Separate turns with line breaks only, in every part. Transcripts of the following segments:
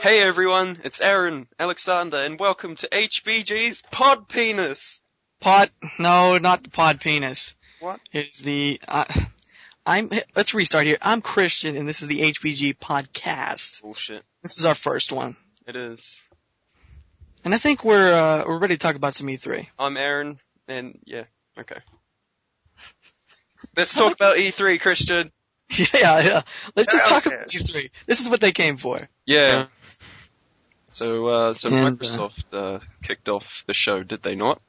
Hey everyone, it's Aaron, Alexander, and welcome to HBG's Pod Penis!
Pod? No, not the pod penis.
What?
It's the. Uh, I'm. Let's restart here. I'm Christian, and this is the HBG podcast.
Bullshit.
This is our first one,
It is.
and I think we're uh, we're ready to talk about some E3.
I'm Aaron, and yeah, okay. Let's talk about E3, Christian!
yeah, yeah. Let's just talk
Okay.
about E3. This is what they came for.
Yeah. So, uh, so
And, uh,
Microsoft, uh, kicked off the show, did they not?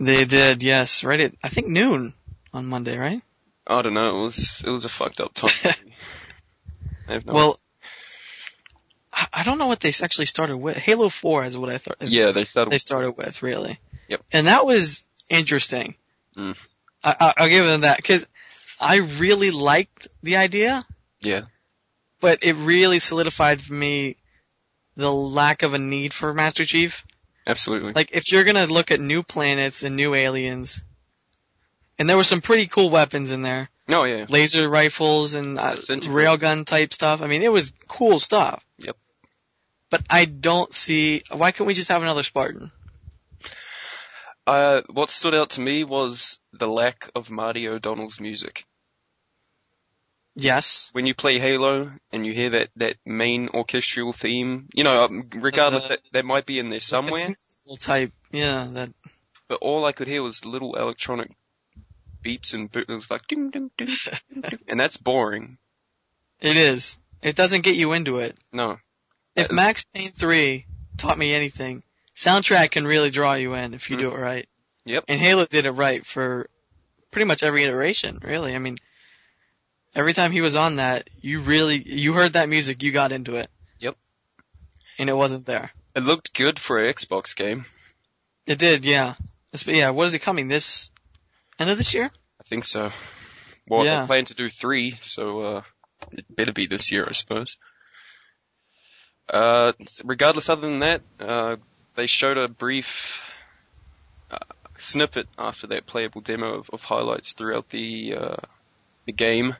They did, yes. Right at I think noon on Monday, right?
I don't know, it was, it was a fucked up time. I have no
Well. I I don't know what they actually started with. Halo 4 is what I thought.
yeah, they started,
they started with, really.
Oh. Yep.
And that was interesting.
Mm.
I, I, I'll give them that because I really liked the idea,
yeah,
but it really solidified for me the lack of a need for Master Chief.
absolutely.
Like, if you're gonna look at new planets and new aliens, and there were some pretty cool weapons in there,
No, yeah.
laser rifles and uh,
Disintegrate.
railgun type stuff. I mean, it was cool stuff.
Yep.
But I don't see why couldn't we just have another Spartan?
Uh, what stood out to me was the lack of Marty O'Donnell's music.
Yes.
When you play Halo and you hear that, that main orchestral theme, you know, um, regardless
Uh,
that, that might be in there somewhere,
Little type, yeah, that
but all I could hear was little electronic beeps and bo- it was like ding ding ding, ding, ding, and that's boring.
it is. It doesn't get you into it.
No,
If
Uh,
Max Payne 3 taught me anything, soundtrack can really draw you in if you do it right.
Yep.
And Halo did it right for pretty much every iteration, really. I mean, every time he was on that, you really, you heard that music, you got into it.
Yep.
And it wasn't there.
it looked good for an Xbox game.
It did, yeah. It's, but yeah, what is it coming this, end of this year?
I think so. Well,
Yeah.
they plan to do three, so uh, it better be this year, I suppose. Uh, regardless, other than that, uh, they showed a brief uh, snippet after that playable demo of, of highlights throughout the uh, the game.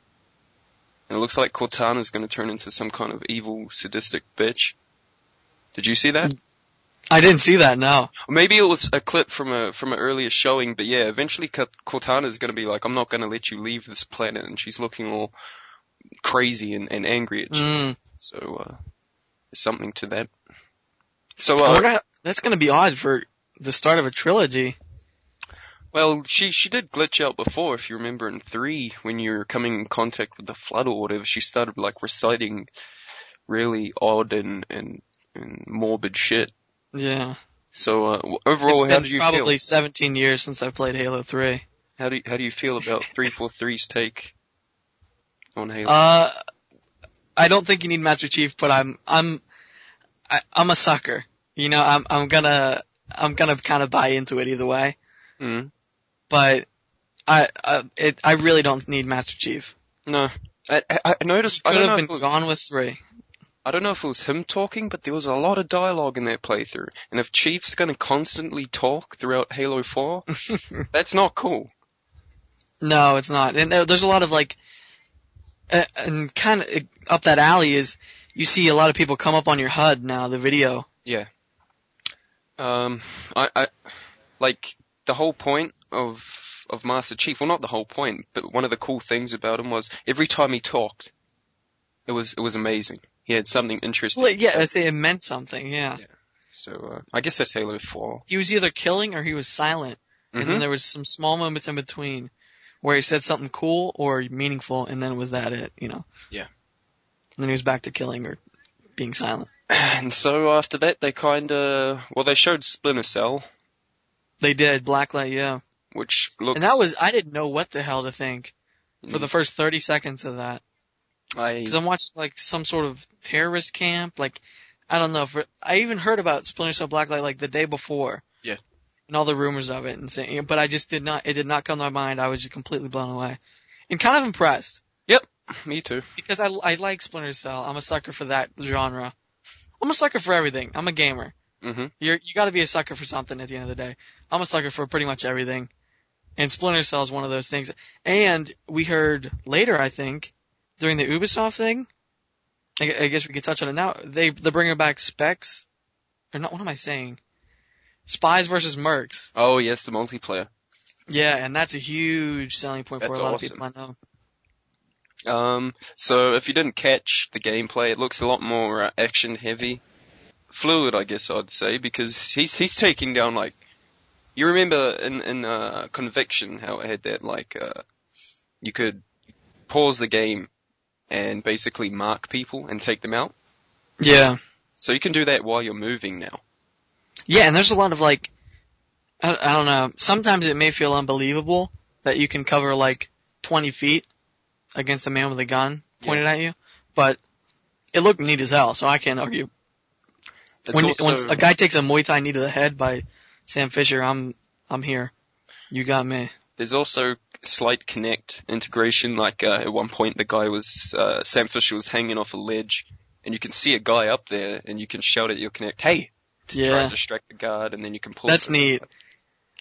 And it looks like Cortana's going to turn into some kind of evil, sadistic bitch. Did you see that?
I didn't see that, no.
Or Maybe it was a clip from a from an earlier showing, but yeah, eventually Kat- Cortana's going to be like, "I'm not going to let you leave this planet," and she's looking all crazy and, and angry at you.
Mm.
So uh, there's something to that. So
I
uh,
wonder how- that's gonna be odd for the start of a trilogy.
well, she she did glitch out before, if you remember, in three when you were coming in contact with the flood or whatever. She started like reciting really odd and and, and morbid shit.
Yeah.
So uh, w- overall,
it's
how
been
do you
probably
feel?
17 years since I played Halo 3.
How do you, how do you feel about 343's take on Halo?
Uh, I don't think you need Master Chief, but I'm I'm I, I'm a sucker. You know, I'm I'm gonna I'm gonna kind of buy into it either way.
Mm.
But I I, it, I really don't need Master Chief.
No. I, I I noticed, I
Could
don't, know
have
if it
been
was,
gone with three.
I don't know if it was him talking, but there was a lot of dialogue in that playthrough. And if Chief's gonna constantly talk throughout Halo 4, that's not cool.
No, it's not. And there- there's a lot of like, uh, and kind of up that alley is you see a lot of people come up on your HUD now, the video.
Um, I, I, like, the whole point of, of Master Chief, well not the whole point, but one of the cool things about him was every time he talked, it was, it was amazing. He had something interesting.
Well, yeah, I say it meant something. Yeah.
So, uh, I guess that's Halo 4.
he was either killing or he was silent. and then
Mhm.
there was some small moments in between where he said something cool or meaningful, and then was that it, you know?
Yeah.
And then he was back to killing or being silent.
And so after that, they kinda, well they showed Splinter Cell,
They did Blacklight, yeah.
which looked
And that was I didn't know what the hell to think for the first 30 seconds of that
I
because I'm watching like some sort of terrorist camp, like I don't know. For, I even heard about Splinter Cell Blacklight like the day before.
Yeah.
And all the rumors of it and saying, but I just did not. It did not come to my mind. I was just completely blown away, and kind of impressed.
me too.
because I, I like Splinter Cell. I'm a sucker for that genre. I'm a sucker for everything. I'm a gamer.
hmm
You're you got to be a sucker for something at the end of the day. I'm a sucker for pretty much everything, and Splinter Cell is one of those things. And we heard later, I think, during the Ubisoft thing, I, I guess we could touch on it now. They they're bringing back specs, or not? What am I saying? Spies versus Mercs.
Oh yes, the multiplayer.
Yeah, and that's a huge selling point for
That's
a lot of
awesome.
people I know.
Um, so if you didn't catch the gameplay, it looks a lot more uh, action heavy, fluid, I guess I'd say, because he's he's taking down like, you remember in in uh, Conviction how it had that like, uh, you could pause the game and basically mark people and take them out.
Yeah.
So you can do that while you're moving now.
Yeah, and there's a lot of like, I, I don't know. Sometimes it may feel unbelievable that you can cover like 20 feet against a man with a gun pointed at you, but it looked neat as hell, so I can't argue.
It's
When
also-
when a guy takes a Muay Thai knee to the head by Sam Fisher, I'm I'm here. You got me.
There's also slight connect integration. Like uh, at one point, the guy was uh, Sam Fisher was hanging off a ledge, and you can see a guy up there, and you can shout at your connect, "Hey!" to try
Yeah,
and distract the guard, and then you can pull.
that's
the-
neat.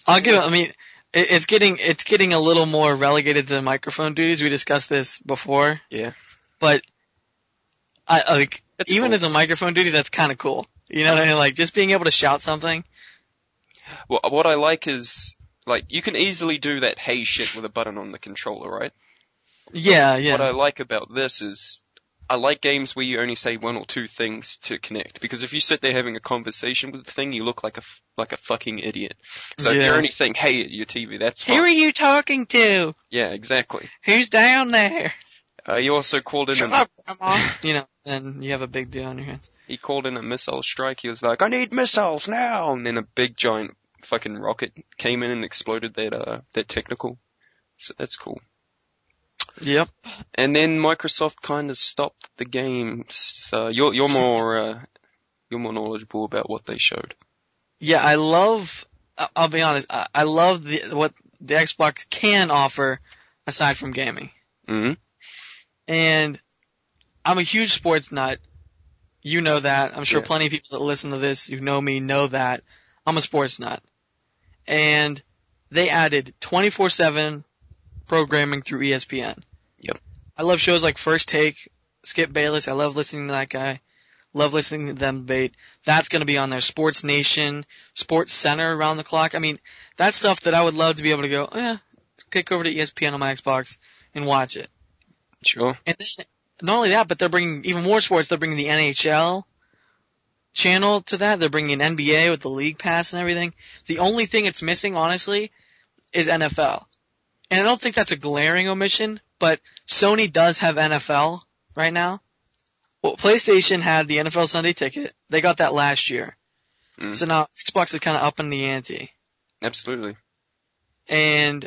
I'll give. it- I mean, it, it's getting it's getting a little more relegated to microphone duties. We discussed this before.
Yeah.
but I I like
That's
even
cool.
as a microphone duty, that's kind of cool. You know what I mean? Like just being able to shout something.
What, what I like is like you can easily do that "Hey shit" with a button on the controller, right?
Yeah, yeah,
What I like about this is. I like games where you only say one or two things to connect because if you sit there having a conversation with the thing, you look like a f- like a fucking idiot. So if
Yeah.
you're only saying "Hey" at your TV, that's
Who are
fine.
you talking to?
Yeah, exactly.
Who's down there?
Uh, he also called in.
Shut
A,
up, grandma. you know, then you have a big deal on your hands.
he called in a missile strike. He was like, "I need missiles now!" And then a big giant fucking rocket came in and exploded that uh that technical. So that's cool.
Yep.
And then Microsoft kind of stopped the game. So you're you're more uh, you're more knowledgeable about what they showed.
Yeah, I love. I- I'll be honest. I, I love the what the Xbox can offer aside from gaming.
hmm
and I'm a huge sports nut. You know that. I'm sure
Yeah.
plenty of people that listen to this who know me know that. I'm a sports nut. And they added 24-7 programming through E ESPN.
Yep.
I love shows like First Take, Skip Bayless. I love listening to that guy. Love listening to them debate. That's going to be on there. Sports Nation, Sports Center around the clock. I mean, that's stuff that I would love to be able to go, eh, kick over to ESPN on my Xbox and watch it.
Sure.
And then, not only that, but they're bringing even more sports. They're bringing the NHL channel to that. They're bringing NBA with the league pass and everything. The only thing it's missing, honestly, is NFL. And I don't think that's a glaring omission, but Sony does have NFL right now. Well, PlayStation had the NFL Sunday ticket. They got that last year.
Mm.
So now Xbox is kind of upping the ante.
Absolutely.
And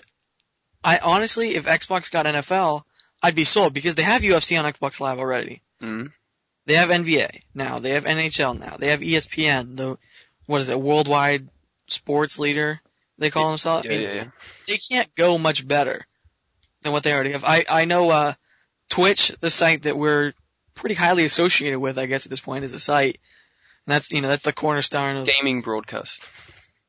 I honestly, if Xbox got NFL, I'd be sold because they have UFC on Xbox Live already.
hmm
They have NBA now. They have NHL now. They have E ESPN, the what is it, worldwide sports leader? They call themselves. I
Yeah,
mean,
yeah, yeah.
They can't go much better than what they already have. I I know uh, Twitch, the site that we're pretty highly associated with, I guess at this point, is a site, and that's you know that's the cornerstone of
Gaming broadcast.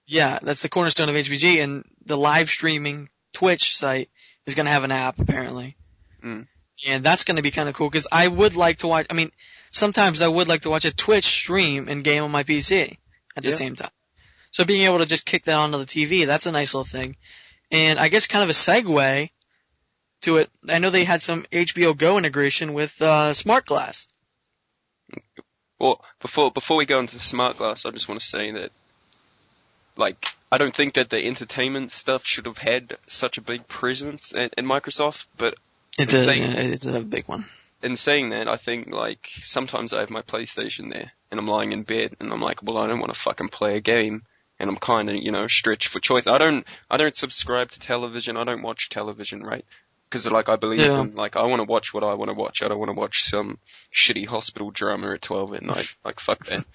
yeah, that's the cornerstone of HBG, and the live streaming Twitch site is going to have an app apparently,
Mm.
and that's going to be kind of cool because I would like to watch. I mean, sometimes I would like to watch a Twitch stream and game on my PC at the
Yeah.
same time. So being able to just kick that onto the TV, that's a nice little thing, and I guess kind of a segue to it. I know they had some HBO Go integration with uh, Smart Glass.
Well, before before we go into the smart glass, I just want to say that, like, I don't think that the entertainment stuff should have had such a big presence at, at Microsoft. But
It
did,
did,
yeah,
it did a big one.
in saying that, I think like sometimes I have my PlayStation there and I'm lying in bed and I'm like, well, I don't want to fucking play a game, and I'm kind of you know stretched for choice. I don't I don't subscribe to television. I don't watch television, right? Because like I believe
Yeah.
in like I want to watch what I want to watch. I don't want to watch some shitty hospital drama at 12 at night. like fuck that.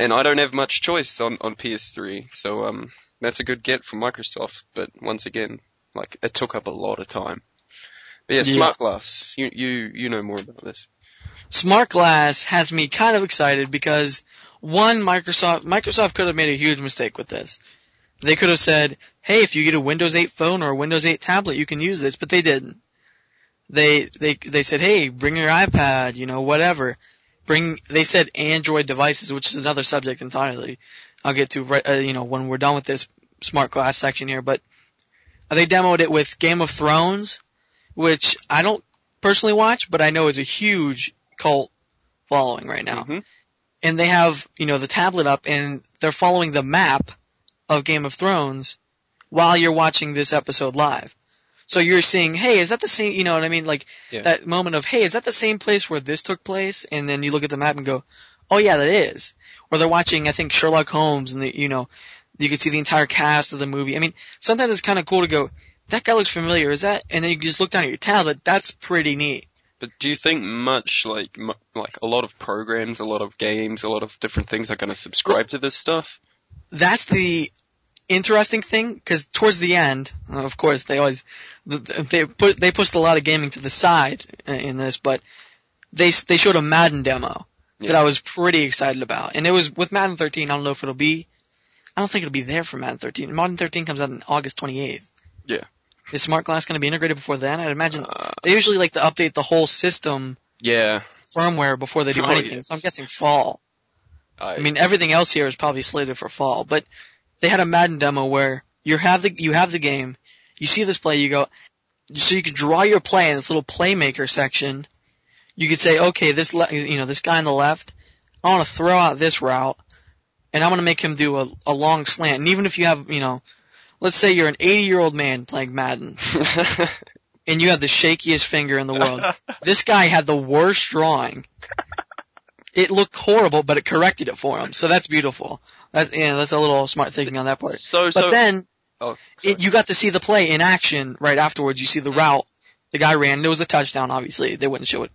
And I don't have much choice on on PS3, so um that's a good get from Microsoft. But once again, like it took up a lot of time. But yeah,
Yeah.
smart glass. You you you know more about this.
smart glass has me kind of excited because one Microsoft Microsoft could have made a huge mistake with this. They could have said, "Hey, if you get a Windows 8 phone or a Windows 8 tablet, you can use this," but they didn't. They they they said, "Hey, bring your iPad, you know, whatever." Bring they said Android devices, which is another subject entirely. I'll get to right, uh, you know when we're done with this smart glass section here, but they demoed it with Game of Thrones, which I don't personally watch, but I know is a huge cult following right now.
Mhm.
And they have you know the tablet up, and they're following the map of Game of Thrones while you're watching this episode live. So you're seeing, hey, is that the same? You know what I mean? Like
Yeah.
that moment of, hey, is that the same place where this took place? And then you look at the map and go, oh yeah, that is. Or they're watching, I think Sherlock Holmes, and the, you know, you can see the entire cast of the movie. I mean, sometimes it's kind of cool to go, that guy looks familiar. Is that? And then you just look down at your tablet. That's pretty neat.
But do you think much like mu like a lot of programs, a lot of games, a lot of different things are going to subscribe to this stuff?
that's the interesting thing because towards the end, of course, they always they put they pushed a lot of gaming to the side in this, but they they showed a Madden demo that
Yeah.
I was pretty excited about, and it was with Madden 13. I don't know if it'll be, I don't think it'll be there for Madden 13. Madden 13 comes out on August 28th.
Yeah.
Is smart glass going to be integrated before then? I'd imagine
Uh,
they usually like to update the whole system
yeah,
firmware before they do
Oh,
anything.
yes.
So I'm guessing fall.
I,
I mean, everything else here is probably slated for fall, but they had a Madden demo where you have the you have the game, you see this play, you go, so you can draw your play in this little playmaker section. You could say, okay, this le- you know this guy on the left, I want to throw out this route, and I'm going to make him do a, a long slant. And even if you have you know, let's say you're an 80 year old man playing Madden, and you have the shakiest finger in the world. this guy had the worst drawing. It looked horrible, but it corrected it for him. So that's beautiful. That, yeah, that's a little smart thinking on that part.
so
But
so
then
oh, sorry. Mm-hmm.
it, you got to see the play in action right afterwards. You see the route the guy ran. There was a touchdown, obviously. They wouldn't show it.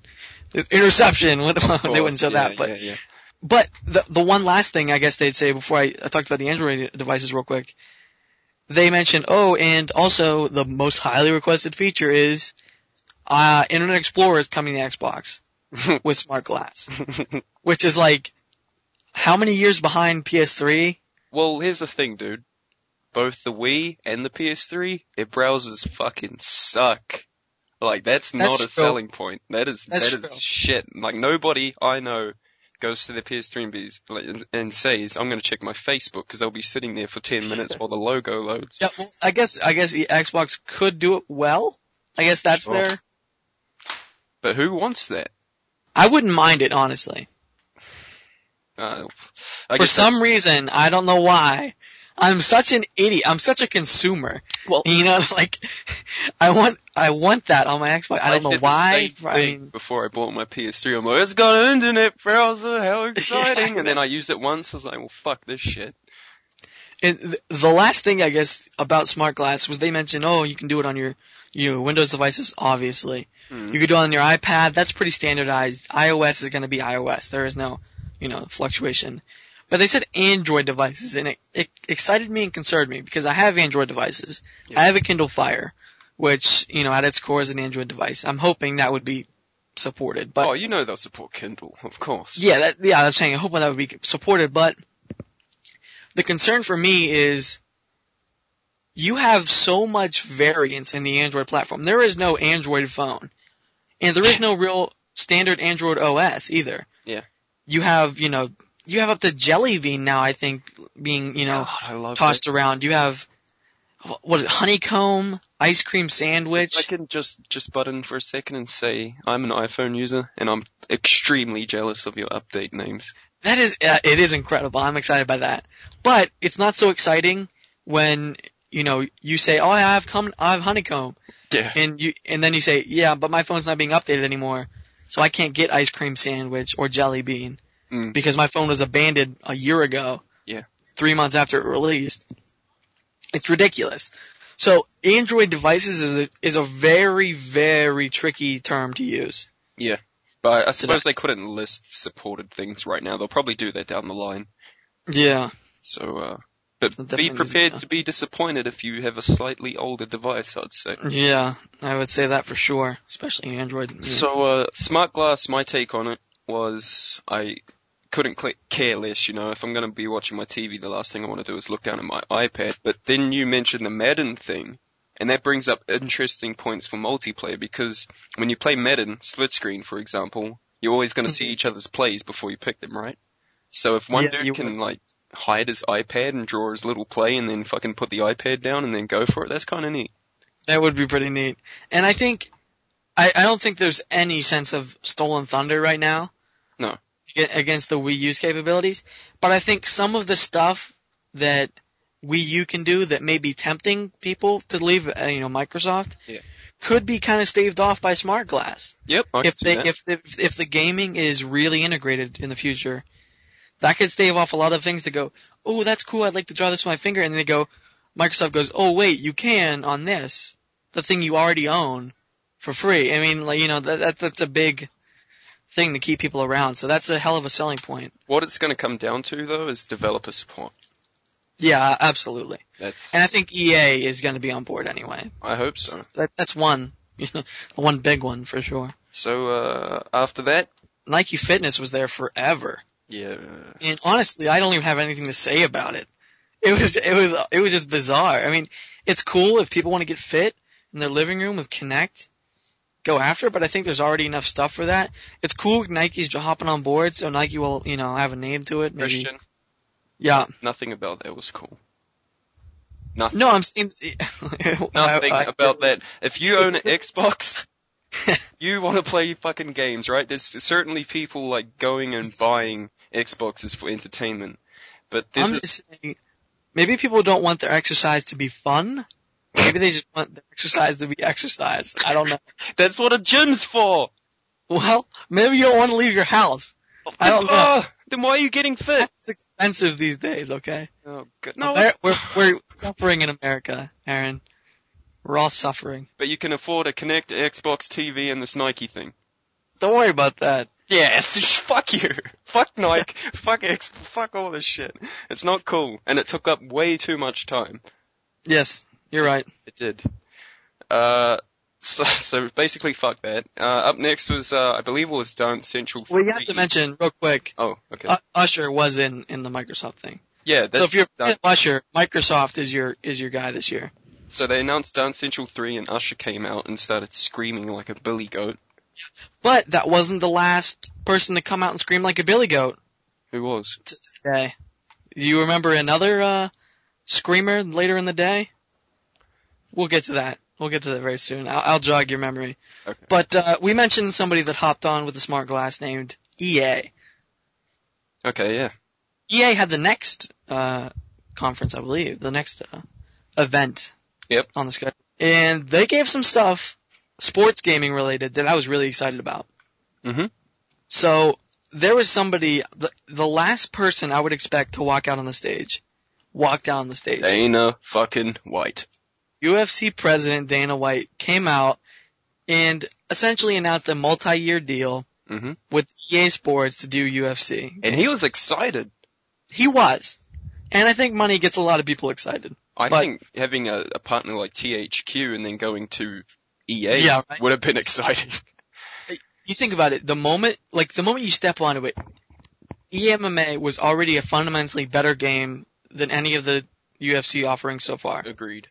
Interception. they wouldn't show
Well, yeah,
that. But
yeah, yeah.
but the the one last thing I guess they'd say before I, I talked about the Android devices real quick, they mentioned oh, and also the most highly requested feature is uh, Internet Explorer is coming to Xbox with smart glass, which is like how many years behind PS3?
well, here's the thing, dude. Both the Wii and the PS3, their browsers fucking suck. Like that's, not a
true.
selling point. That is
That's
that is
true.
shit. Like nobody I know goes to their PS3 and, be, like, and- and says, "I'm going to check my Facebook" because they'll be sitting there for ten minutes while the logo loads.
Yeah, well, I guess I guess the Xbox could do it well. I guess that's
Sure.
their.
But who wants that?
I wouldn't mind it honestly.
Uh, I
For
guess
some reason, I don't know why. I'm such an idiot. I'm such a consumer.
that- well,
You know, like I want I want that on my Xbox. I don't know
did the
why.
same
I
thing
mean,
before I bought my PS3, I'm like, it's got an internet browser. How exciting!
Yeah.
And then I used it once. I was like, well, fuck this shit.
and th- the last thing I guess about smart glass was they mentioned, oh, you can do it on your your Windows devices. Obviously,
Mhm.
you could do it on your iPad. That's pretty standardized. iOS is going to be iOS. There is no, you know, fluctuation. But they said Android devices, and it, it excited me and concerned me because I have Android devices.
Yeah.
I have a Kindle Fire, which you know at its core is an Android device. I'm hoping that would be supported, but
oh, you know they'll support Kindle, of course.
Yeah, that, yeah, I'm saying I hope that would be supported, but the concern for me is you have so much variance in the Android platform. There is no Android phone, and there is no real standard Android OS either.
Yeah.
You have, you know, you have up to Jelly Bean now. I think being, you know,
God, I love
tossed around. You have wh- what is it, honeycomb ice cream sandwich?
It. I can just just butt in for a second and say I'm an iPhone user and I'm extremely jealous of your update names.
That is, uh, it is incredible. I'm excited by that. But it's not so exciting when, you know, you say, oh, I have come, I have honeycomb.
Yeah.
And you, and then you say, yeah, but my phone's not being updated anymore. So I can't get ice cream sandwich or jelly bean
Mm.
because my phone was abandoned a year ago.
Yeah.
Three months after it released. It's ridiculous. So Android devices is a, is a very, very tricky term to use.
But I suppose they couldn't list supported things right now. They'll probably do that down the line.
Yeah.
So, uh, but
That
be
definitely doesn't
prepared
matter.
to be disappointed if you have a slightly older device. I'd say.
Yeah. I would say that for sure, especially Android.
So, uh, smart glass, my take on it was I couldn't cl- care less, you know, if I'm going to be watching my TV, the last thing I want to do is look down at my iPad. But then you mentioned the Madden thing, and that brings up interesting points for multiplayer because when you play Madden, split screen, for example, you're always going to see each other's plays before you pick them, right? So if one
Mm-hmm. Yeah, you
dude can
would.
like hide his iPad and draw his little play and then fucking put the iPad down and then go for it, that's kind of neat.
That would be pretty neat. And I think, I, I don't think there's any sense of stolen thunder right now.
No.
ag- Against the Wii U's capabilities. But I think some of the stuff that Wii U can do that may be tempting people to leave, uh, you know, Microsoft,
Yeah.
could be kind of staved off by smart glass
Yep. I
if
could do
they
that.
if, if if the gaming is really integrated in the future, that could stave off a lot of things to go. Oh, that's cool. I'd like to draw this with my finger, and they go. Microsoft goes, oh wait, you can on this, the thing you already own, for free. I mean, like you know, that, that that's a big thing to keep people around. So that's a hell of a selling point.
what it's going to come down to though is developer support.
Yeah, absolutely.
That's,
And I think EA is going to be on board anyway.
I hope so.
That, that's one, one big one for sure.
So uh, after that,
Nike Fitness was there forever. Uh,
yeah, uh,
And honestly, I don't even have anything to say about it. It was it was it was just bizarre. I mean, it's cool if people want to get fit in their living room with Connect, go after it. But I think there's already enough stuff for that. It's cool Nike's hopping on board, so Nike will you know have a name to it. Maybe
Christian,
yeah.
nothing about that was cool. Nothing.
No, I'm saying
nothing
I- I-
about that. If you own an Xbox, you want to play fucking games, right? There's certainly people like going and buying Xboxes for entertainment, but this
I'm
is,
just saying, maybe people don't want their exercise to be fun. Maybe they just want their exercise to be exercise. I don't know.
that's what a gym's for.
Well, maybe you don't want to leave your house. I don't know.
Ah, then why are you getting fit?
It's expensive these days, okay?
Oh, good. No,
Amer- we're, we're suffering in America, Aaron. We're all suffering.
but you can afford a Kinect, Xbox TV, and this Nike thing.
Don't worry about that.
Yeah, it's just, fuck you. Fuck Nike. fuck X. Fuck all this shit. It's not cool, and it took up way too much time.
Yes, you're right.
It did. Uh, so, so basically, fuck that. Uh, up next was, uh, I believe it was Dance Central.
Well, you have
3.
to mention real quick.
Oh, okay.
U- Usher was in in the Microsoft thing.
yeah, that's,
so if you're a fan
Dance-
of Usher, Microsoft is your is your guy this year.
so they announced Dance Central 3 and Usher came out and started screaming like a billy goat.
But that wasn't the last person to come out and scream like a billy goat
Who was?
to this day. You remember another uh screamer later in the day? We'll get to that. We'll get to that very soon. I'll, I'll jog your memory.
Okay.
But uh, we mentioned somebody that hopped on with a smart glass named E EA.
Okay, yeah.
EA E had the next uh, conference, I believe, the next uh, event.
Yep.
On the schedule, and they gave some stuff, sports gaming related, that I was really excited about.
Mhm.
So there was somebody, the, the last person I would expect to walk out on the stage, walked out on the stage.
Dana fucking White.
UFC president Dana White came out and essentially announced a multi-year deal
hmm
with EA Sports to do UFC.
And he was excited.
He was. And I think money gets a lot of people excited.
I
But-
think having a, a partner like THQ and then going to EA
Yeah, right.
would have been exciting.
You think about it, the moment, like the moment you step onto it, EMMA was already a fundamentally better game than any of the UFC offerings so far.
Agreed.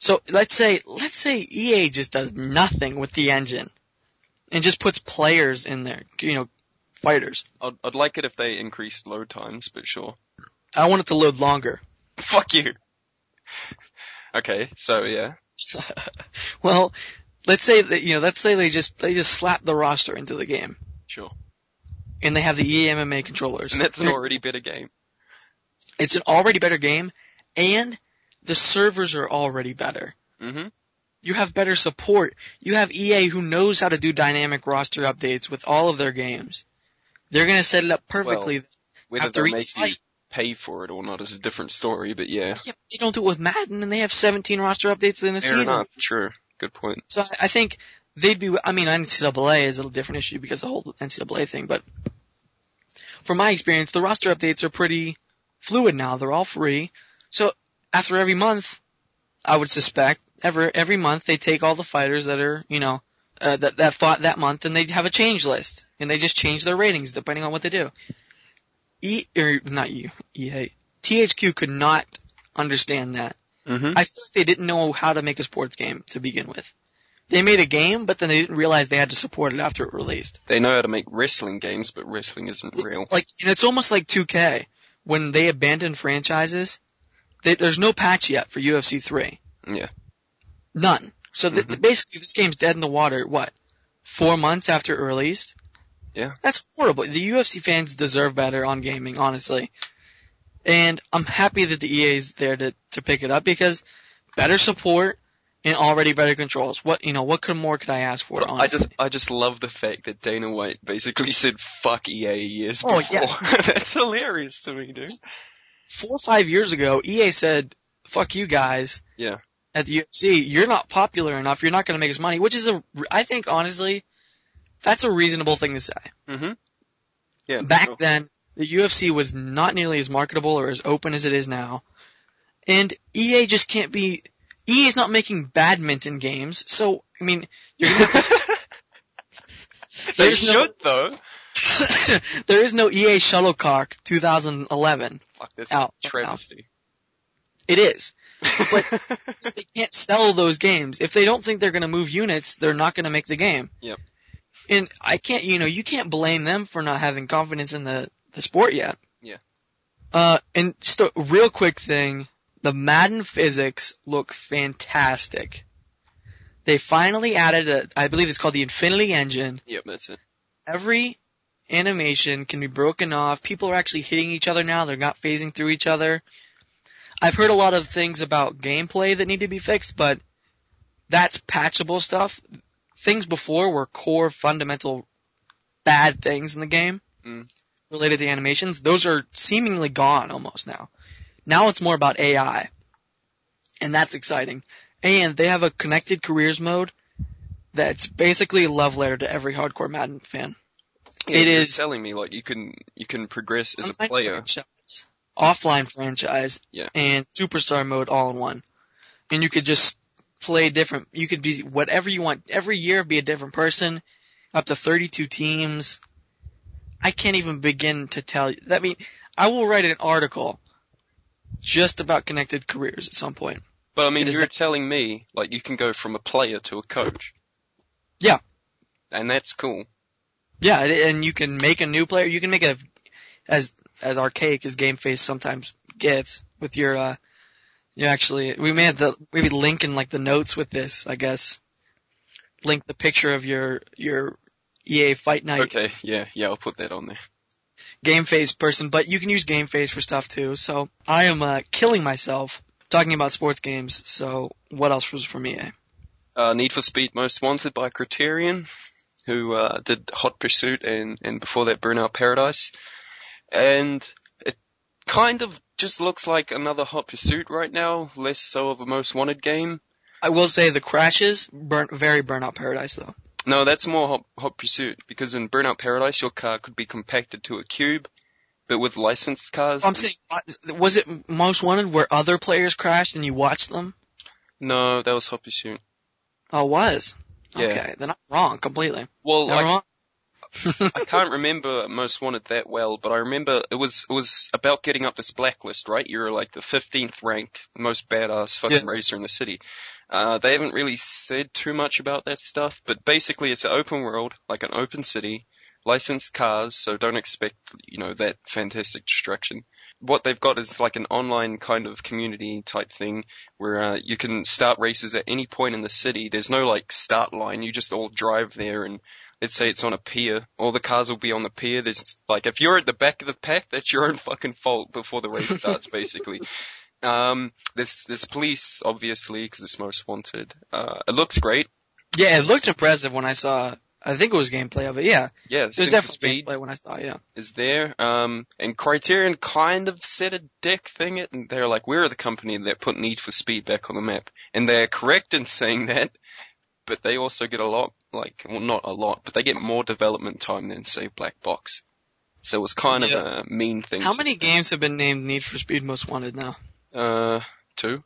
So let's say, let's say EA just does nothing with the engine and just puts players in there, you know, fighters.
I'd, I'd like it if they increased load times, but sure.
I want it to load longer.
Fuck you. Okay, so yeah.
well, let's say that, you know, let's say they just, they just slap the roster into the game.
Sure.
and they have the E EA MMA controllers.
And that's an already better game.
It's an already better game, and the servers are already better.
hmm
You have better support. You have EA who knows how to do dynamic roster updates with all of their games. They're gonna set it up perfectly.
Whether
After
they
each
make you
fight.
pay for it or not is a different story, but yeah.
yeah, but they don't do it with Madden, and they have 17 roster updates in
Fair
a season.
enough. True. Good point.
So I- I think they'd be. I mean, NCAA is a different issue because the whole NCAA thing. But from my experience, the roster updates are pretty fluid now. They're all free. So after every month, I would suspect ever every month they take all the fighters that are you know uh, that that fought that month and they have a change list and they just change their ratings depending on what they do. E or not you E EA THQ could not understand that.
Mm-hmm.
I feel like they didn't know how to make a sports game to begin with. They made a game, but then they didn't realize they had to support it after it released.
They know how to make wrestling games, but wrestling isn't real.
Like, and it's almost like 2K when they abandon franchises. They, there's no patch yet for UFC 3.
Yeah.
None. So th-
Mhm.
basically, this game's dead in the water. What? Four months after it released.
Yeah.
That's horrible. The UFC fans deserve better on gaming, honestly. And I'm happy that the EA's there to to pick it up because better support and already better controls. What you know? What could more could I ask for?
I
Honestly.
just I just love the fact that Dana White basically said fuck EA years
Oh,
before. That's hilarious to me, dude.
four or five years ago, EA said, "Fuck you guys."
Yeah.
At the UFC, you're not popular enough. You're not going to make us money, which is a, I think honestly, that's a reasonable thing to say.
Mm-hmm. Yeah.
Back
sure.
then, the UFC was not nearly as marketable or as open as it is now, and EA just can't be. EA is not making badminton games, so I mean, you're gonna
they
there's
should
no-
though.
there is no EA Shuttlecock 2011.
Fuck this
Out, out.
travesty.
It is. But- they can't sell those games. If they don't think they're going to move units, they're not going to make the game.
Yep.
And I can't, you know, you can't blame them for not having confidence in the the sport yet.
Yeah.
Uh, and just a real quick thing: the Madden physics look fantastic. They finally added a, I believe it's called the Infinity Engine.
yep, that's it.
Every animation can be broken off. People are actually hitting each other now. They're not phasing through each other. I've heard a lot of things about gameplay that need to be fixed, but that's patchable stuff. Things before were core fundamental bad things in the game
Mm.
related to animations. Those are seemingly gone almost now. Now it's more about AI. And that's exciting. And they have a connected careers mode that's basically a love letter to every hardcore Madden fan.
Yeah,
It
you're
is-
telling me like you can you can progress as a
Online
player.
franchise, offline franchise,
Yeah.
and superstar mode all in one. And you could just play different. You could be whatever you want. Every year, be a different person. Up to 32 teams. I can't even begin to tell you. I mean, I will write an article just about connected careers at some point.
But I mean,
It is
you're
not-
telling me like you can go from a player to a coach.
Yeah.
And that's cool.
Yeah, and- and you can make a new player. You can make a as as archaic as game face sometimes gets with your uh you actually we may have to maybe link in like the notes with this, I guess. Link the picture of your your EA Fight Night
Okay, yeah, yeah, I'll put that on there.
game face person, but you can use game face for stuff too. So I am uh, killing myself talking about sports games. So what else was from E EA?
Uh, Need for Speed Most Wanted by Criterion, who uh, did Hot Pursuit and, and before that Burnout Paradise. And it kind of just looks like another Hot Pursuit right now, less so of a Most Wanted game.
I will say the crashes burn very burnout paradise though.
No, that's more Hot, Hot Pursuit, because in Burnout Paradise your car could be compacted to a cube, but with licensed cars.
Oh, I'm saying, was it Most Wanted where other players crashed and you watched them?
No, that was Hot Pursuit.
Oh, it was.
Yeah.
Okay, then I'm wrong completely.
Well,
Am
I
I wrong?
I can't remember Most Wanted that well, but I remember it was it was about getting up this blacklist, right? You're like the 15th ranked most badass fucking
Yeah.
racer in the city. Uh, they haven't really said too much about that stuff, but basically it's an open world, like an open city, licensed cars, so don't expect you know that fantastic destruction. What they've got is like an online kind of community type thing where uh, you can start races at any point in the city. There's no like start line. You just all drive there and let's say it's on a pier, all the cars will be on the pier. There's like if you're at the back of the pack, that's your own fucking fault before the race starts, basically. Um, there's there's police obviously because it's most wanted. Uh, it looks great.
yeah, it looked impressive when I saw. I think it was gameplay of it. Yeah,
Yeah,
there's
sense of
definitely
speed
gameplay when I saw. it, Yeah,
is there. Um, and Criterion kind of said a dick thing it, and they're like, we're the company that put Need for Speed back on the map, and they're correct in saying that. But they also get a lot, like, well, not a lot, but they get more development time than say Black Box. So it was kind of
Yeah.
a mean thing.
how
to
many games have been named Need for Speed Most Wanted now?
Uh, two.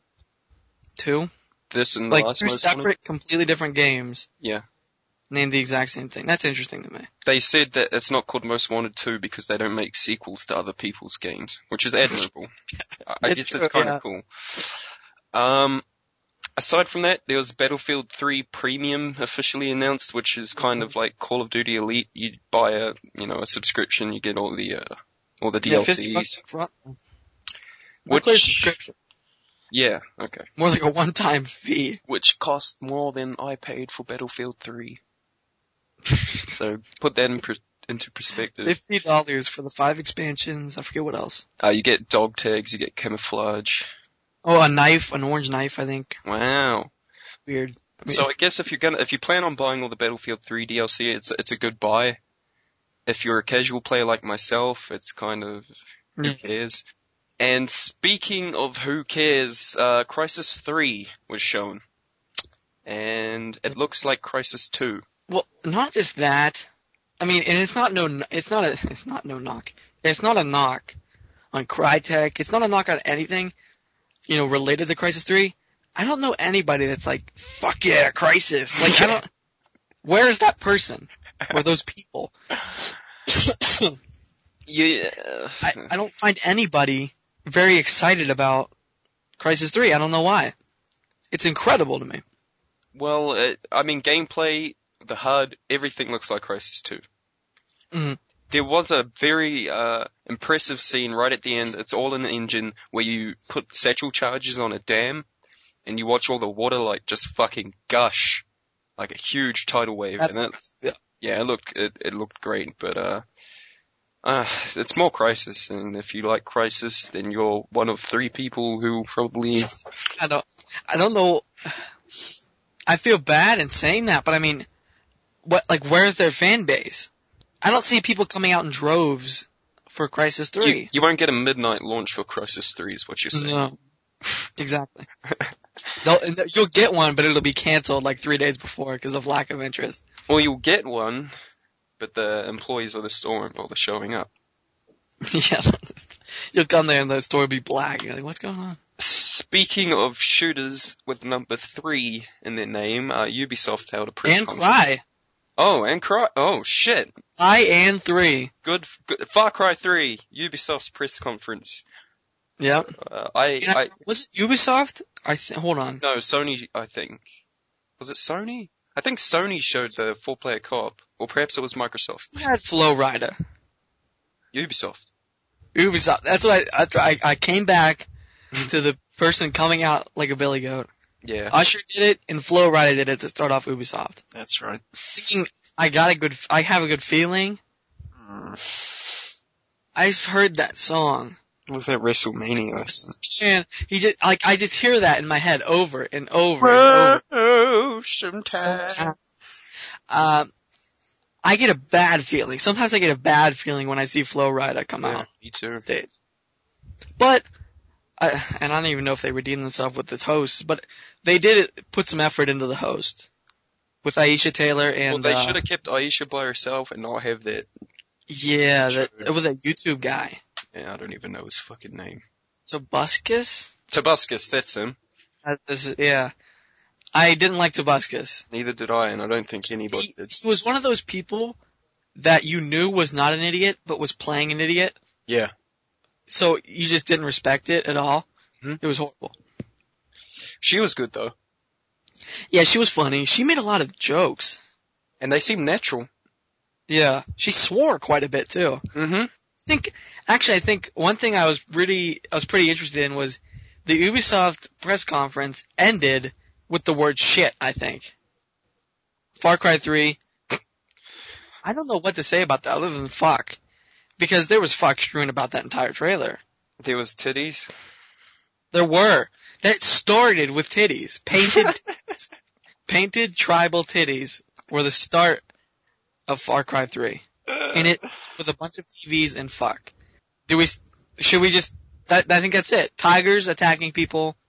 Two,
This and the
like
last
two
most
separate,
wanted.
completely different games
Yeah.
named the exact same thing. That's interesting to me.
They said that it's not called Most Wanted 2 because they don't make sequels to other people's games, which is admirable. I I
It's
guess
true,
it's kind
yeah.
of cool. Um, aside from that, there was Battlefield 3 Premium officially announced, which is kind
Mm-hmm.
of like Call of Duty Elite. You buy a, you know, a subscription, you get all the, uh, all the
Yeah,
DLCs.
50 bucks up front.
Which-
Which, subscription.
yeah, okay.
More like a one-time fee.
Which cost more than I paid for Battlefield 3. so put that in per- into perspective.
Fifty dollars for the five expansions. I forget what else.
Uh, you get dog tags, you get camouflage.
Oh, a knife, an orange knife. I think.
Wow.
Weird. I mean,
So I guess if you're gonna, if you plan on buying all the Battlefield 3 DLC, it's, it's a good buy. If you're a casual player like myself, it's kind of, who
Mm.
cares? And speaking of who cares, uh, Crisis 3 was shown. And it looks like Crisis 2.
Well, not just that. I mean, and it's not no, it's not a, it's not no knock. It's not a knock on Crytek.
it's not a knock on anything, you know, related to Crisis Three. I don't know anybody that's like, fuck yeah, Crisis. Like, I don't. Where is that person or those people? I,
Yeah.
I don't find anybody very excited about Crisis Three. I don't know why. It's incredible to me.
Well, it, I mean, gameplay, the HUD, everything looks like Crisis 2.
Mhm.
There was a very uh, impressive scene right at the end. It's all in the engine where you put satchel charges on a dam, and you watch all the water like just fucking gush, like a huge tidal wave.
That's-
and it's,
yeah.
yeah, it looked it, it looked great, but uh, uh, it's more Crisis, and if you like Crisis, then you're one of three people who probably
I don't, I don't know. I feel bad in saying that, but I mean, what, like, where's their fan base? I don't see people coming out in droves for Crisis
you,
3.
you won't get a midnight launch for Crisis Three, is what you're saying.
no. Exactly. They'll, and you'll get one, but it'll be canceled like three days before because of lack of interest.
Well, you'll get one, but the employees of the store won't bother showing up.
yeah. You'll come there and the store will be black. You're like, what's going on?
Speaking of shooters with number three in their name, uh, Ubisoft held a press
And
conference.
Cry.
Oh, and Cry. Oh, shit.
I and 3.
Good, good. Far Cry 3, Ubisoft's press conference.
Yep.
Uh, I,
And I-
I,
was it Ubisoft? I th- hold on.
no, Sony, I think. Was it Sony? I think Sony showed the four player co-op, or perhaps it was Microsoft.
Who had Flow Rider?
Ubisoft.
Ubisoft. That's what I, after I, I came back to the person coming out like a billy goat.
Yeah,
Usher did it and Flo Rida did it to start off Ubisoft.
that's right.
Thinking I got a good, I have a good feeling.
Hmm.
I've heard that song.
Was that WrestleMania? I think?
And he just, like, I just hear that in my head over and over and over.
Ocean time.
Sometimes, um, I get a bad feeling. Sometimes I get a bad feeling when I see Flo Rida come out.
Yeah, me too.
on stage. But, I, and I don't even know if they redeemed themselves with this host, but they did put some effort into the host with Aisha Taylor
Well,
and
they
uh,
should have kept Aisha by herself and not have that.
yeah, that, it was a YouTube guy.
Yeah, I don't even know his fucking name.
So Buskus,
Tobuscus, that's him.
That- this- yeah, I didn't like Tobuscus.
Neither did I, and I don't think
He,
anybody did.
he was one of those people that you knew was not an idiot, but was playing an idiot.
Yeah.
So you just didn't respect it at all.
Mhm.
It was horrible.
She was good though,
Yeah, she was funny. She made a lot of jokes.
and they seemed natural.
Yeah, she swore quite a bit too.
Mm-hmm.
think actually I think one thing I was really I was pretty interested in was the Ubisoft press conference ended with the word shit, I think. Far Cry 3 I don't know what to say about that other than fuck because there was fuck strewn about that entire trailer.
There was titties.
There were that started with titties, painted painted tribal titties were the start of Far Cry 3 in it with a bunch of TVs and fuck. Do we? Should we just? That, I think that's it. Tigers attacking people.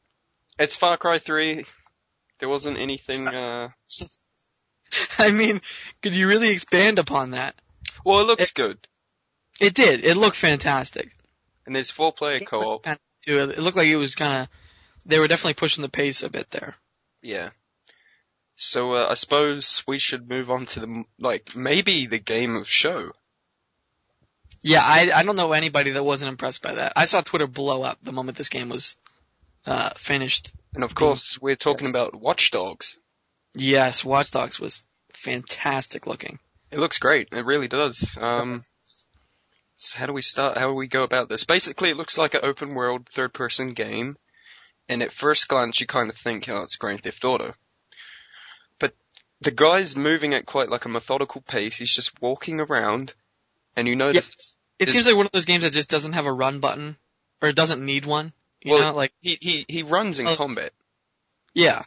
It's Far Cry 3. There wasn't anything. Uh...
I mean, could you really expand upon that?
Well, it looks good,
It did. It looked fantastic.
and there's four player co-op.
Kinda do It It looked like it was kind of. They were definitely pushing the pace a bit there.
Yeah. So uh, I suppose we should move on to the m- like maybe the game of show.
Yeah, I I don't know anybody that wasn't impressed by that. I saw Twitter blow up the moment this game was uh finished
And of course, we're talking about Watch Dogs.
Yes, Watch Dogs was fantastic looking.
It looks great. It really does. Um, so how do we start? How do we go about this? Basically, it looks like an open world third person game. And at first glance, you kind of think, oh, it's Grand Theft Auto. But the guy's moving at quite like a methodical pace. He's just walking around and you know
Yeah.
that
It
Is-
seems like one of those games that just doesn't have a run button or doesn't need one. You
Well,
know, like
he, he, he runs in
Oh.
combat.
yeah,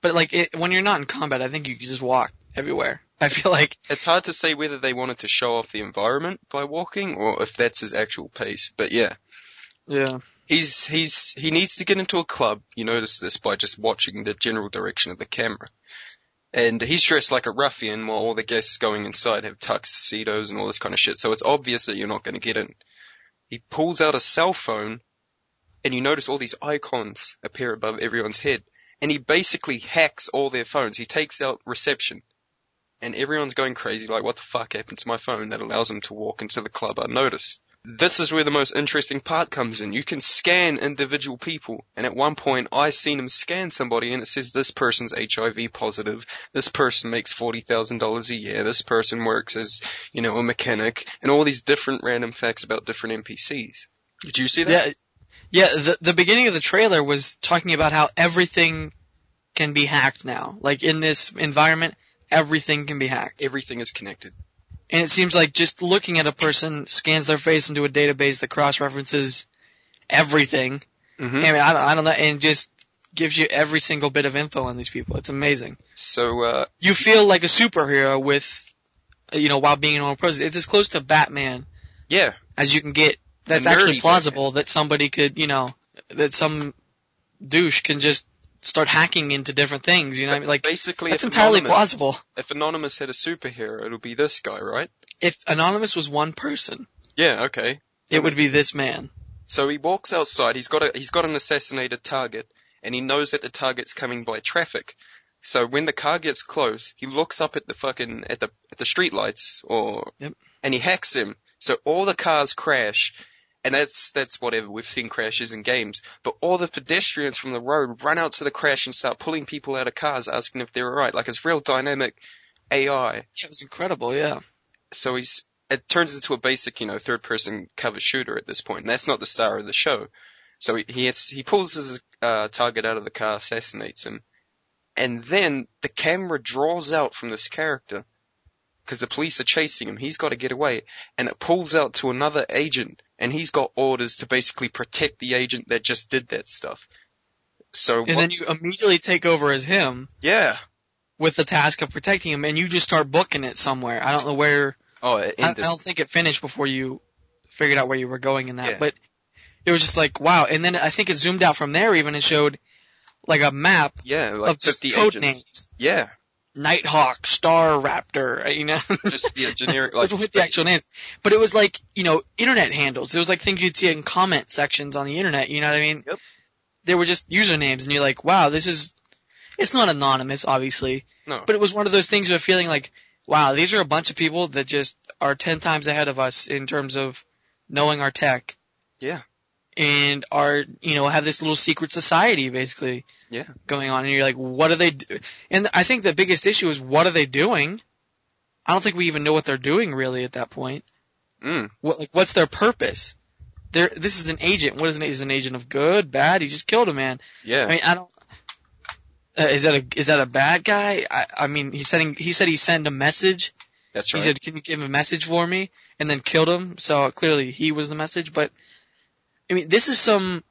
but like it, when you're not in combat, I think you can just walk everywhere. I feel like
It's hard to say whether they wanted to show off the environment by walking or if that's his actual pace. But yeah,
yeah,
he's he's he needs to get into a club. You notice this by just watching the general direction of the camera. And he's dressed like a ruffian, while all the guests going inside have tuxedos and all this kind of shit. So it's obvious that you're not going to get in. He pulls out a cell phone, and you notice all these icons appear above everyone's head. And he basically hacks all their phones. He takes out reception, and everyone's going crazy. Like, what the fuck happened to my phone that allows him to walk into the club unnoticed? this is where the most interesting part comes in. You can scan individual people, and at one point I seen him scan somebody and it says this person's HIV positive, this person makes $40,000 a year, this person works as, you know, a mechanic, and all these different random facts about different NPCs. Did you see that?
yeah, yeah. The the beginning of the trailer was talking about how everything can be hacked now. Like in this environment, everything can be hacked.
Everything is connected.
And it seems like just looking at a person scans their face into a database that cross-references everything.
Mm-hmm.
I mean, I don't, I don't know, and just gives you every single bit of info on these people. It's amazing.
So, uh,
You feel like a superhero with, you know, while being a normal person. It's as close to Batman
yeah,
as you can get. That's
A nerdy
actually
Batman.
plausible that somebody could, you know, that some douche can just start hacking into different things. You know, what I mean? like
basically
that's
if
entirely
Anonymous,
plausible.
if Anonymous had a superhero, it'll be this guy, right?
If Anonymous was one person,
Yeah, okay.
it would be this man.
So he walks outside. He's got a he's got an assassinated target, and he knows that the target's coming by traffic. So when the car gets close, he looks up at the fucking at the at the street lights or
Yep.
and he hacks him. So all the cars crash, and that's that's whatever we've seen crashes in games. But all the pedestrians from the road run out to the crash and start pulling people out of cars, asking if they're alright. Like it's real dynamic AI.
It was incredible. Yeah.
So he's it turns into a basic, you know, third person cover shooter at this point, and that's not the star of the show. So he he, has, he pulls his uh, target out of the car, assassinates him, and then the camera draws out from this character because the police are chasing him. He's got to get away, and it pulls out to another agent, and he's got orders to basically protect the agent that just did that stuff. So
And
what-
then you immediately take over as him
yeah,
with the task of protecting him, and you just start booking it somewhere. I don't know where.
oh, it
I, I
ended.
don't think it finished before you figured out where you were going in that.
Yeah.
But it was just like wow. And then I think it zoomed out from there even and showed like a map
yeah, like
of just
50
code
agents.
names:
Yeah,
Nighthawk, Star Raptor. uh, You know,
just yeah, generic like
That's what the actual names. But it was like you know internet handles. It was like things you'd see in comment sections on the internet. You know what I mean?
Yep.
They were just usernames, and you're like, wow, this is. It's not anonymous, obviously.
no.
but it was one of those things of feeling like, wow, these are a bunch of people that just are 10 times ahead of us in terms of knowing our tech.
Yeah.
And are, you know, have this little secret society basically
Yeah.
going on. And you're like, what are they? Do-? And I think the biggest issue is what are they doing? I don't think we even know what they're doing really at that point.
Mm.
What, like, what's their purpose? They're, this is an agent. What is an, is an agent of good, bad? He just killed a man.
Yeah.
I mean, I don't. Uh, is that a is that a bad guy? I, I mean, he said he said he sent a message.
That's
He
right.
said, "Can you give a message for me?" And then killed him. So clearly, he was the message. But I mean, this is some.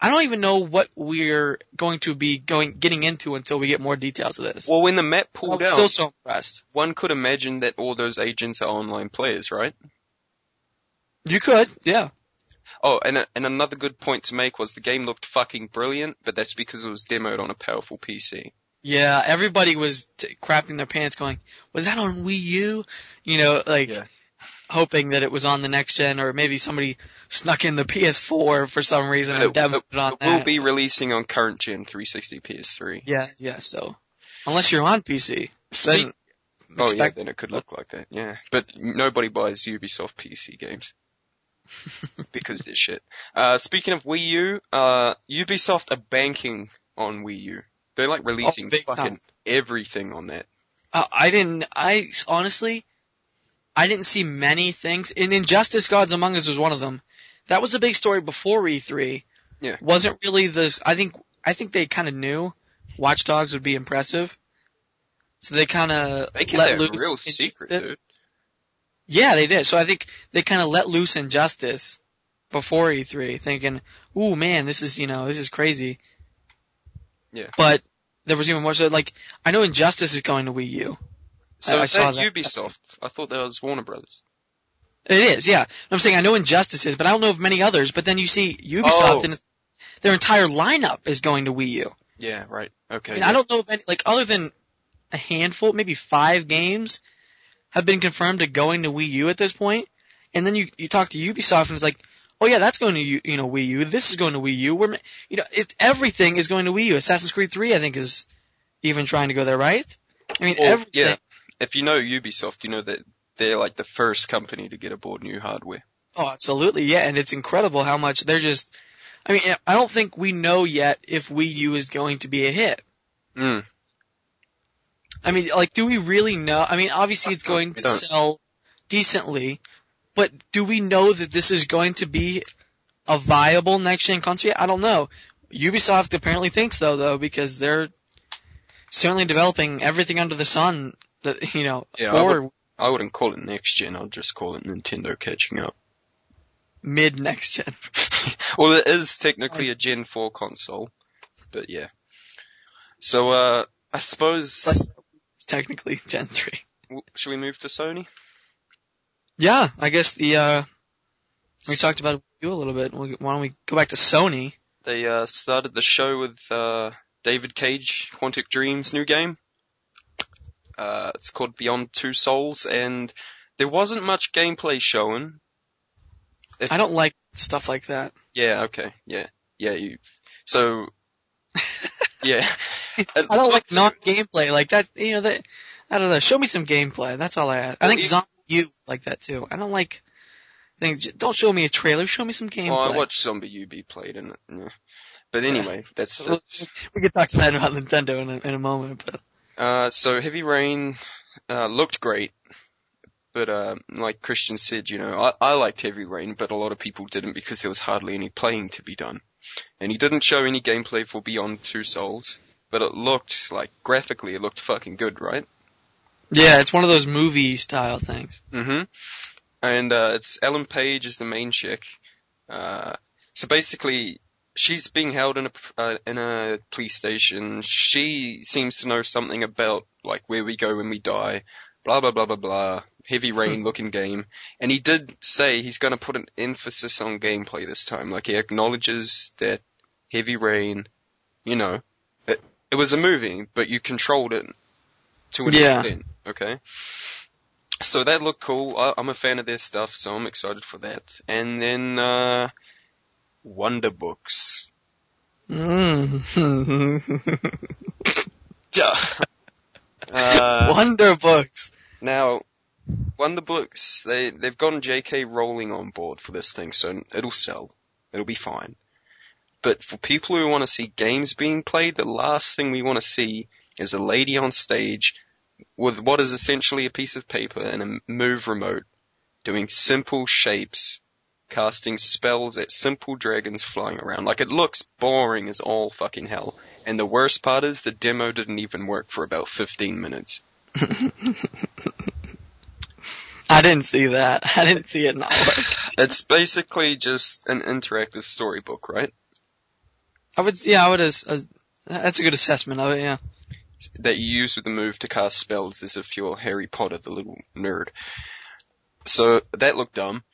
I don't even know what we're going to be going getting into until we get more details of this.
well, when the map pulled
I'm
out,
still so impressed.
one could imagine that all those agents are online players, right?
You could, yeah.
Oh, and a, and another good point to make was the game looked fucking brilliant, but that's because it was demoed on a powerful PC.
Yeah, everybody was t- crapping their pants going, was that on Wii U? You know, like,
Yeah.
hoping that it was on the next gen or maybe somebody snuck in the PS4 for some reason
But
and
it,
demoed
it-
it on
it
that.
will be releasing on current gen 360 PS3.
Uh, Yeah, yeah, so. Unless you're on PC,
Speak-
then
oh yeah,
expect- uh,
then it could look like that. Yeah, but nobody buys Ubisoft PC games. because they're shit. Uh, speaking of Wii U, uh, Ubisoft are banking on Wii U. They're like releasing
Oh, big
fucking
time.
everything on that.
Uh, I didn't. I honestly, I didn't see many things. And Injustice: Gods Among Us was one of them. That was a big story before E3.
Yeah.
Wasn't really the. I think. I think they kind of knew Watch Dogs would be impressive, so they kind of
They kept that
let loose.
real
and just
secret,
did-
dude.
Yeah, they did. So I think they kind of let loose Injustice before E3, thinking, "Ooh, man, this is you know this is crazy."
Yeah.
But there was even more. So like, I know Injustice is going to Wii U.
So
I
is
saw
that
that.
Ubisoft? I thought that was Warner Brothers.
It is, yeah. I'm saying I know Injustice is, but I don't know of many others. But then you see Ubisoft,
Oh.
and it's, their entire lineup is going to Wii U.
Yeah, right. Okay.
And
yeah.
I don't know of any, like other than a handful, maybe five games have been confirmed to going to Wii U at this point. And then you you talk to Ubisoft, and it's like, oh yeah, that's going to U- you know Wii U. This is going to Wii U. We're ma- you know it, everything is going to Wii U. Assassin's Creed 3, I think, is even trying to go there, right? I mean,
Well,
everything.
yeah. If you know Ubisoft, you know that they're like the first company to get aboard new hardware.
Oh, absolutely, yeah, and it's incredible how much they're just. I mean, I don't think we know yet if Wii U is going to be a hit.
Mm.
I mean, like, do we really know? I mean, obviously it's
No,
going
we
to
don't.
sell decently, but do we know that this is going to be a viable next gen console? yet? I don't know. Ubisoft apparently thinks so, though, because they're certainly developing everything under the sun. That you know,
Yeah, I
for
I wouldn't call it next gen. I'll just call it Nintendo catching up.
mid next gen.
well, it is technically a Gen 4 console, but yeah. So, uh, I suppose,
It's technically Gen three.
w should we move to Sony?
Yeah, I guess the uh we talked about you a little bit. We'll- Why don't we go back to Sony?
They, uh, started the show with, uh, David Cage, Quantic Dream's new game. Uh, it's called Beyond Two Souls, and there wasn't much gameplay shown. If-
I don't like stuff like that.
Yeah, okay, yeah, yeah, you, so, yeah. Oh,
I don't like non gameplay like that. You know that I don't know. Show me some gameplay. That's all I ask. I
Well,
think
you-
Zombie U like that too. I don't like things. Don't show me a trailer. Show me some
Well, I
gameplay.
watched Zombie UB played, and, yeah. but anyway, that's, that's
we could talk to that about Nintendo in a, in a moment, but
Uh, so Heavy Rain uh, looked great, but uh, like Christian said, you know, I, I liked Heavy Rain, but a lot of people didn't because there was hardly any playing to be done, and he didn't show any gameplay for Beyond Two Souls, but it looked like graphically it looked fucking good, right?
yeah, it's one of those movie style things.
Mm-hmm. And uh, it's Ellen Page is the main chick. Uh, so basically, she's being held in a uh, in a police station. She seems to know something about like where we go when we die. Blah blah blah blah blah. Heavy rain looking game. And he did say he's going to put an emphasis on gameplay this time. Like he acknowledges that heavy rain, you know, it, it was a movie, but you controlled it to an
Yeah.
extent. Okay. So that looked cool. I, I'm a fan of their stuff, so I'm excited for that. And then, uh, Wonder Books.
Mm.
Uh,
Wonder Books.
now, Wonder Books, they, they've gotten J.K. Rowling on board for this thing, so it'll sell. It'll be fine. But for people who want to see games being played, the last thing we want to see is a lady on stage with what is essentially a piece of paper and a move remote doing simple shapes, casting spells at simple dragons flying around. Like it looks boring as all fucking hell. And the worst part is the demo didn't even work for about 15 minutes.
I didn't see that. I didn't see it. Not work.
It's basically just an interactive storybook, right?
I would, yeah, I would. as as- that's a good assessment of it. Yeah.
That you use with the move to cast spells as if you're Harry Potter, the little nerd. So that looked dumb.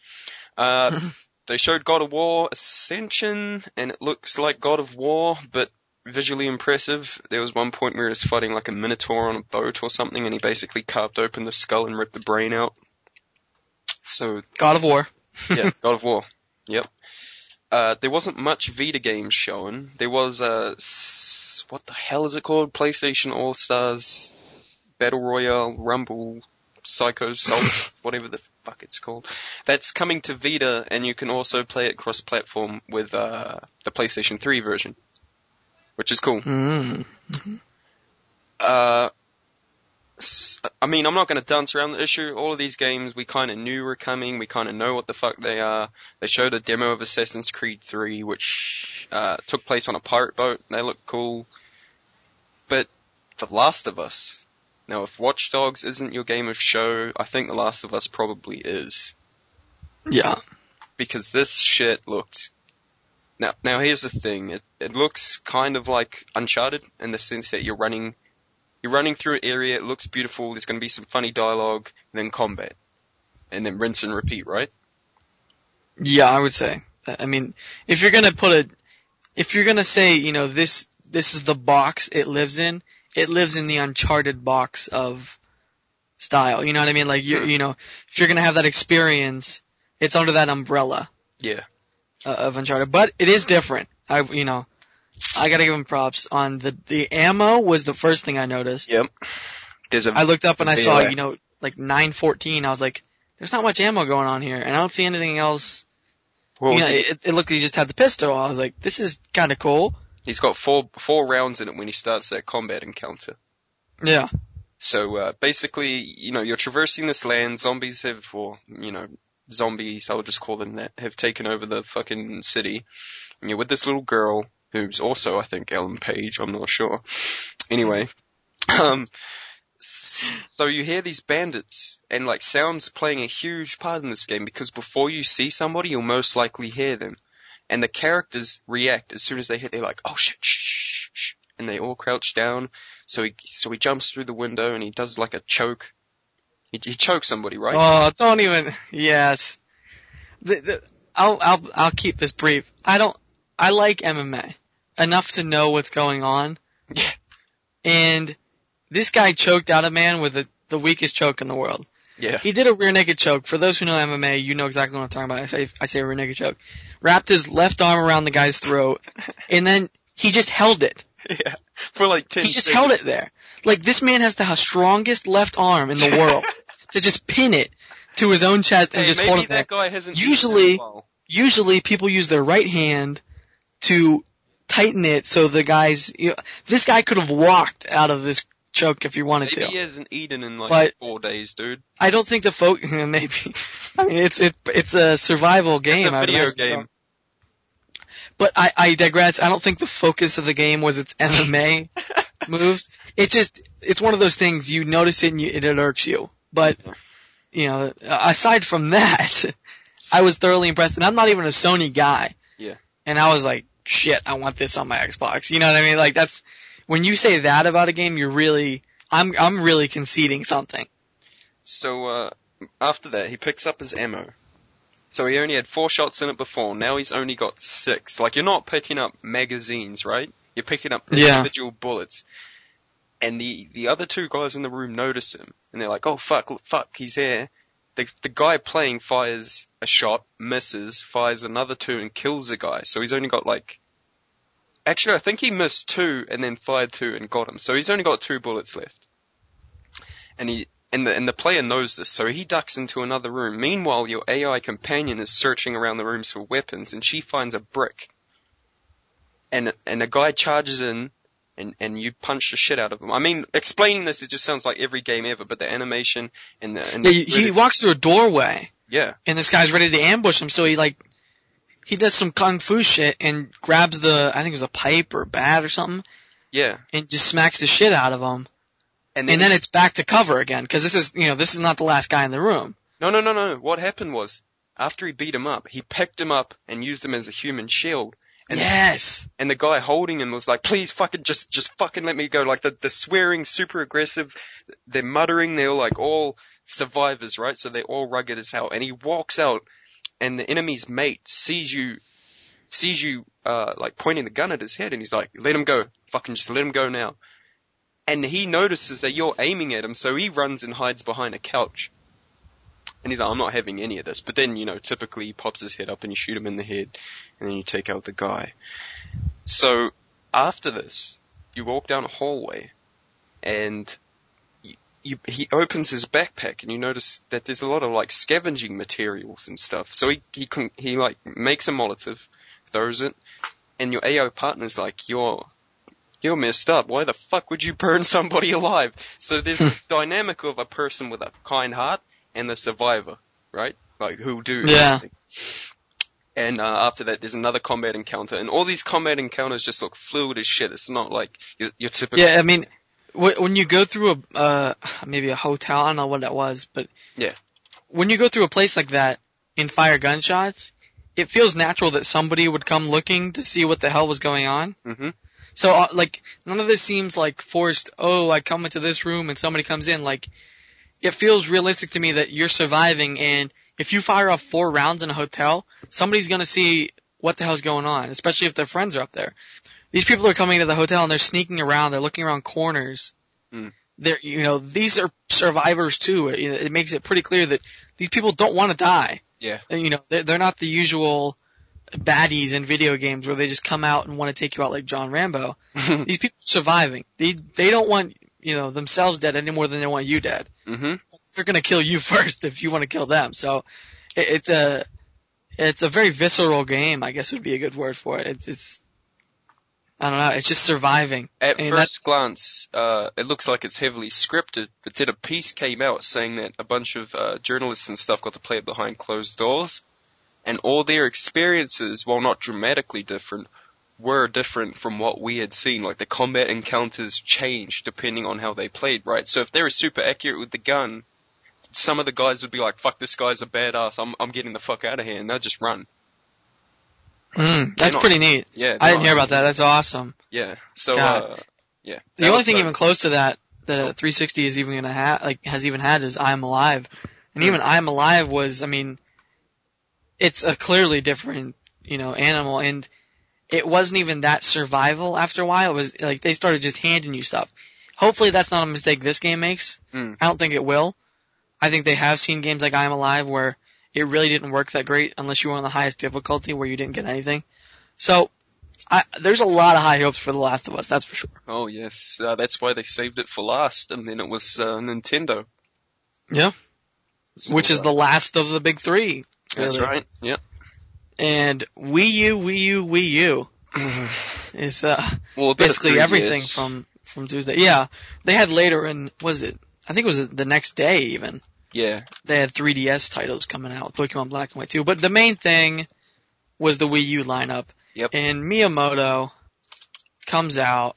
Uh, they showed God of War Ascension, and it looks like God of War, but visually impressive. There was one point where he was fighting like a minotaur on a boat or something, and he basically carved open the skull and ripped the brain out. So
God of War.
yeah, God of War. Yep. Uh, there wasn't much Vita games shown. There was a s- what the hell is it called? PlayStation All Stars Battle Royale Rumble Psycho Soldier. whatever the fuck it's called. That's coming to Vita, and you can also play it cross-platform with uh, the PlayStation 3 version, which is cool.
Mm.
Uh, s- I mean, I'm not going to dance around the issue. All of these games we kind of knew were coming. We kind of know what the fuck they are. They showed a demo of Assassin's Creed 3, which uh, took place on a pirate boat. They look cool. But The Last of Us. Now, if Watch Dogs isn't your game of show, I think The Last of Us probably is.
Yeah.
Because this shit looked. Now, now here's the thing. It, it looks kind of like Uncharted in the sense that you're running you're running through an area, it looks beautiful, there's going to be some funny dialogue, and then combat. And then rinse and repeat, right?
Yeah, I would say. that- I mean, if you're gonna put a, if you're gonna say, you know, this this is the box it lives in, it lives in the uncharted box of style. You know what I mean? Like you,
Sure.
you know, if you're gonna have that experience, it's under that umbrella
Yeah.
uh, of uncharted. But it is different. I, you know, I gotta give him props on the the ammo was the first thing I noticed.
Yep. There's a
I looked up and I saw,
Yeah.
you know, like 914. I was like, there's not much ammo going on here, and I don't see anything else
well,
you know, it, it looked like he just had the pistol. I was like, this is kind of cool.
he's got four four rounds in it when he starts that combat encounter.
Yeah.
So uh, basically, you know, you're traversing this land. Zombies have, or you know, zombies, I'll just call them that, have taken over the fucking city. And you're with this little girl who's also, I think, Ellen Page. I'm not sure. Anyway, um, s- so you hear these bandits, and like sounds playing a huge part in this game because before you see somebody, you'll most likely hear them. And the characters react as soon as they hit. They're like, "Oh shit!" shh, shh, shh," and they all crouch down. So he so he jumps through the window and he does like a choke. He, he chokes somebody, right?
Oh, don't even. Yes. The, the, I'll I'll I'll keep this brief. I don't. I like MMA enough to know what's going on.
Yeah.
And this guy choked out a man with the the weakest choke in the world.
Yeah.
He did a rear naked choke. For those who know MMA, you know exactly what I'm talking about. I say I say rear naked choke. Wrapped his left arm around the guy's throat, and then he just held it.
yeah. For like ten.
He just held it there. Like this man has the h- strongest left arm in the world to just pin it to his own chest and
Hey,
just
maybe
hold it there.
that guy hasn't. eaten in
Usually-
a while.
Usually people use their right hand to tighten it so the guys. You know, this guy could have walked out of this choke if he wanted
maybe
to.
he hasn't eaten in like
But-
four days, dude.
I don't think the folk maybe. I mean, it's it, it's a survival game.
it's a
I would
video
imagine, so-
game.
But I, I digress. I don't think the focus of the game was its MMA moves. It just, it's one of those things you notice it and you, it irks you. But, you know, aside from that, I was thoroughly impressed. And I'm not even a Sony guy.
Yeah.
And I was like, shit, I want this on my Xbox. You know what I mean? Like that's, when you say that about a game, you're really, I'm, I'm really conceding something.
So uh, after that, he picks up his ammo. So he only had four shots in it before. Now he's only got six. Like you're not picking up magazines, right? You're picking up
Yeah.
individual bullets. And the the other two guys in the room notice him, and they're like, "Oh fuck, look, fuck, he's here." The the guy playing fires a shot, misses, fires another two, and kills a guy. So he's only got like. Actually, I think he missed two and then fired two and got him. So he's only got two bullets left. And he and the and the player knows this, so he ducks into another room. Meanwhile, your AI companion is searching around the rooms for weapons, and she finds a brick. And and a guy charges in, and and you punch the shit out of him. I mean, explaining this, it just sounds like every game ever, but the animation and the and
Yeah, he- he walks through a doorway.
yeah,
and this guy's ready to ambush him, so he like he does some kung fu shit and grabs the I think it was a pipe or a bat or something
yeah,
and just smacks the shit out of him.
and then,
And then it's back to cover again because this is you know this is not the last guy in the room.
no no no no. What happened was after he beat him up, he picked him up and used him as a human shield. And-
yes.
and the guy holding him was like, please fucking just, just fucking let me go. Like the, the swearing, super aggressive. They're muttering. They're like all survivors, right? So they're all rugged as hell. And he walks out and the enemy's mate sees you, sees you, uh, like pointing the gun at his head and he's like, let him go. Fucking just let him go now. And he notices that you're aiming at him. So he runs and hides behind a couch. And he's like, I'm not having any of this. But then, you know, typically he pops his head up and you shoot him in the head and then you take out the guy. So after this, you walk down a hallway, and y- you, he opens his backpack and you notice that there's a lot of like scavenging materials and stuff. So he he con- he like makes a Molotov, throws it, and your AO partner's like, "You're you're messed up. Why the fuck would you burn somebody alive?" So there's this dynamic of a person with a kind heart and the survivor, right? Like who do
Yeah.
something. And uh, after that, there's another combat encounter, and all these combat encounters just look fluid as shit. It's not like your, your typical
Yeah, I mean, wh- when you go through a uh, maybe a hotel, I don't know what that was, but
Yeah.
when you go through a place like that and fire gunshots, it feels natural that somebody would come looking to see what the hell was going on.
hmm
So uh, like none of this seems like forced. Oh, I come into this room and somebody comes in. Like it feels realistic to me that you're surviving, and if you fire off four rounds in a hotel, somebody's gonna see what the hell's going on, especially if their friends are up there. These people are coming into the hotel and they're sneaking around. They're looking around corners.
Mm.
They're you know these are survivors too. It, it makes it pretty clear that these people don't want to die.
Yeah.
And, you know they're, they're not the usual baddies in video games where they just come out and want to take you out like John Rambo
hmm
these people are surviving. They they don't want you know themselves dead any more than they want you dead.
Mm-hmm.
They're gonna kill you first if you want to kill them. So it, it's a it's a very visceral game. I guess would be a good word for it. It's, it's I don't know. It's just surviving.
At
And
first glance, uh, it looks like it's heavily scripted, but then a piece came out saying that a bunch of uh, journalists and stuff got to play it behind closed doors, and all their experiences, while not dramatically different, were different from what we had seen. Like the combat encounters changed depending on how they played, right? So if they were super accurate with the gun, some of the guys would be like, "Fuck, this guy's a badass. I'm I'm getting the fuck out of here," and they'll just run.
Mm, that's
not-
pretty neat.
Yeah,
I didn't
no,
hear about that. That's awesome.
Yeah, so
God.
uh, yeah,
The
That
only
was
thing
the-
even close to that that 360 is even gonna have like has even had is I'm Alive, and even I'm Alive was I mean, it's a clearly different you know animal, and it wasn't even that survival. After a while, it was like they started just handing you stuff. Hopefully, that's not a mistake this game makes.
Mm.
I don't think it will. I think they have seen games like I'm Alive where it really didn't work that great unless you were on the highest difficulty where you didn't get anything. So. I, there's a lot of high hopes for The Last of Us, that's for sure.
Oh yes, uh, that's why they saved it for last, and then it was uh, Nintendo.
Yeah.
So,
which is
uh,
the last of the big three.
that's
really.
right. Yep.
And Wii U, Wii U, Wii U is uh,
Well, a bit of
basically
3DS.
everything from from Tuesday. Yeah, they had later in was it? I think it was the next day even.
Yeah,
They had 3DS titles coming out, Pokemon Black and White 2. But the main thing was the Wii U lineup.
Yep.
And Miyamoto comes out.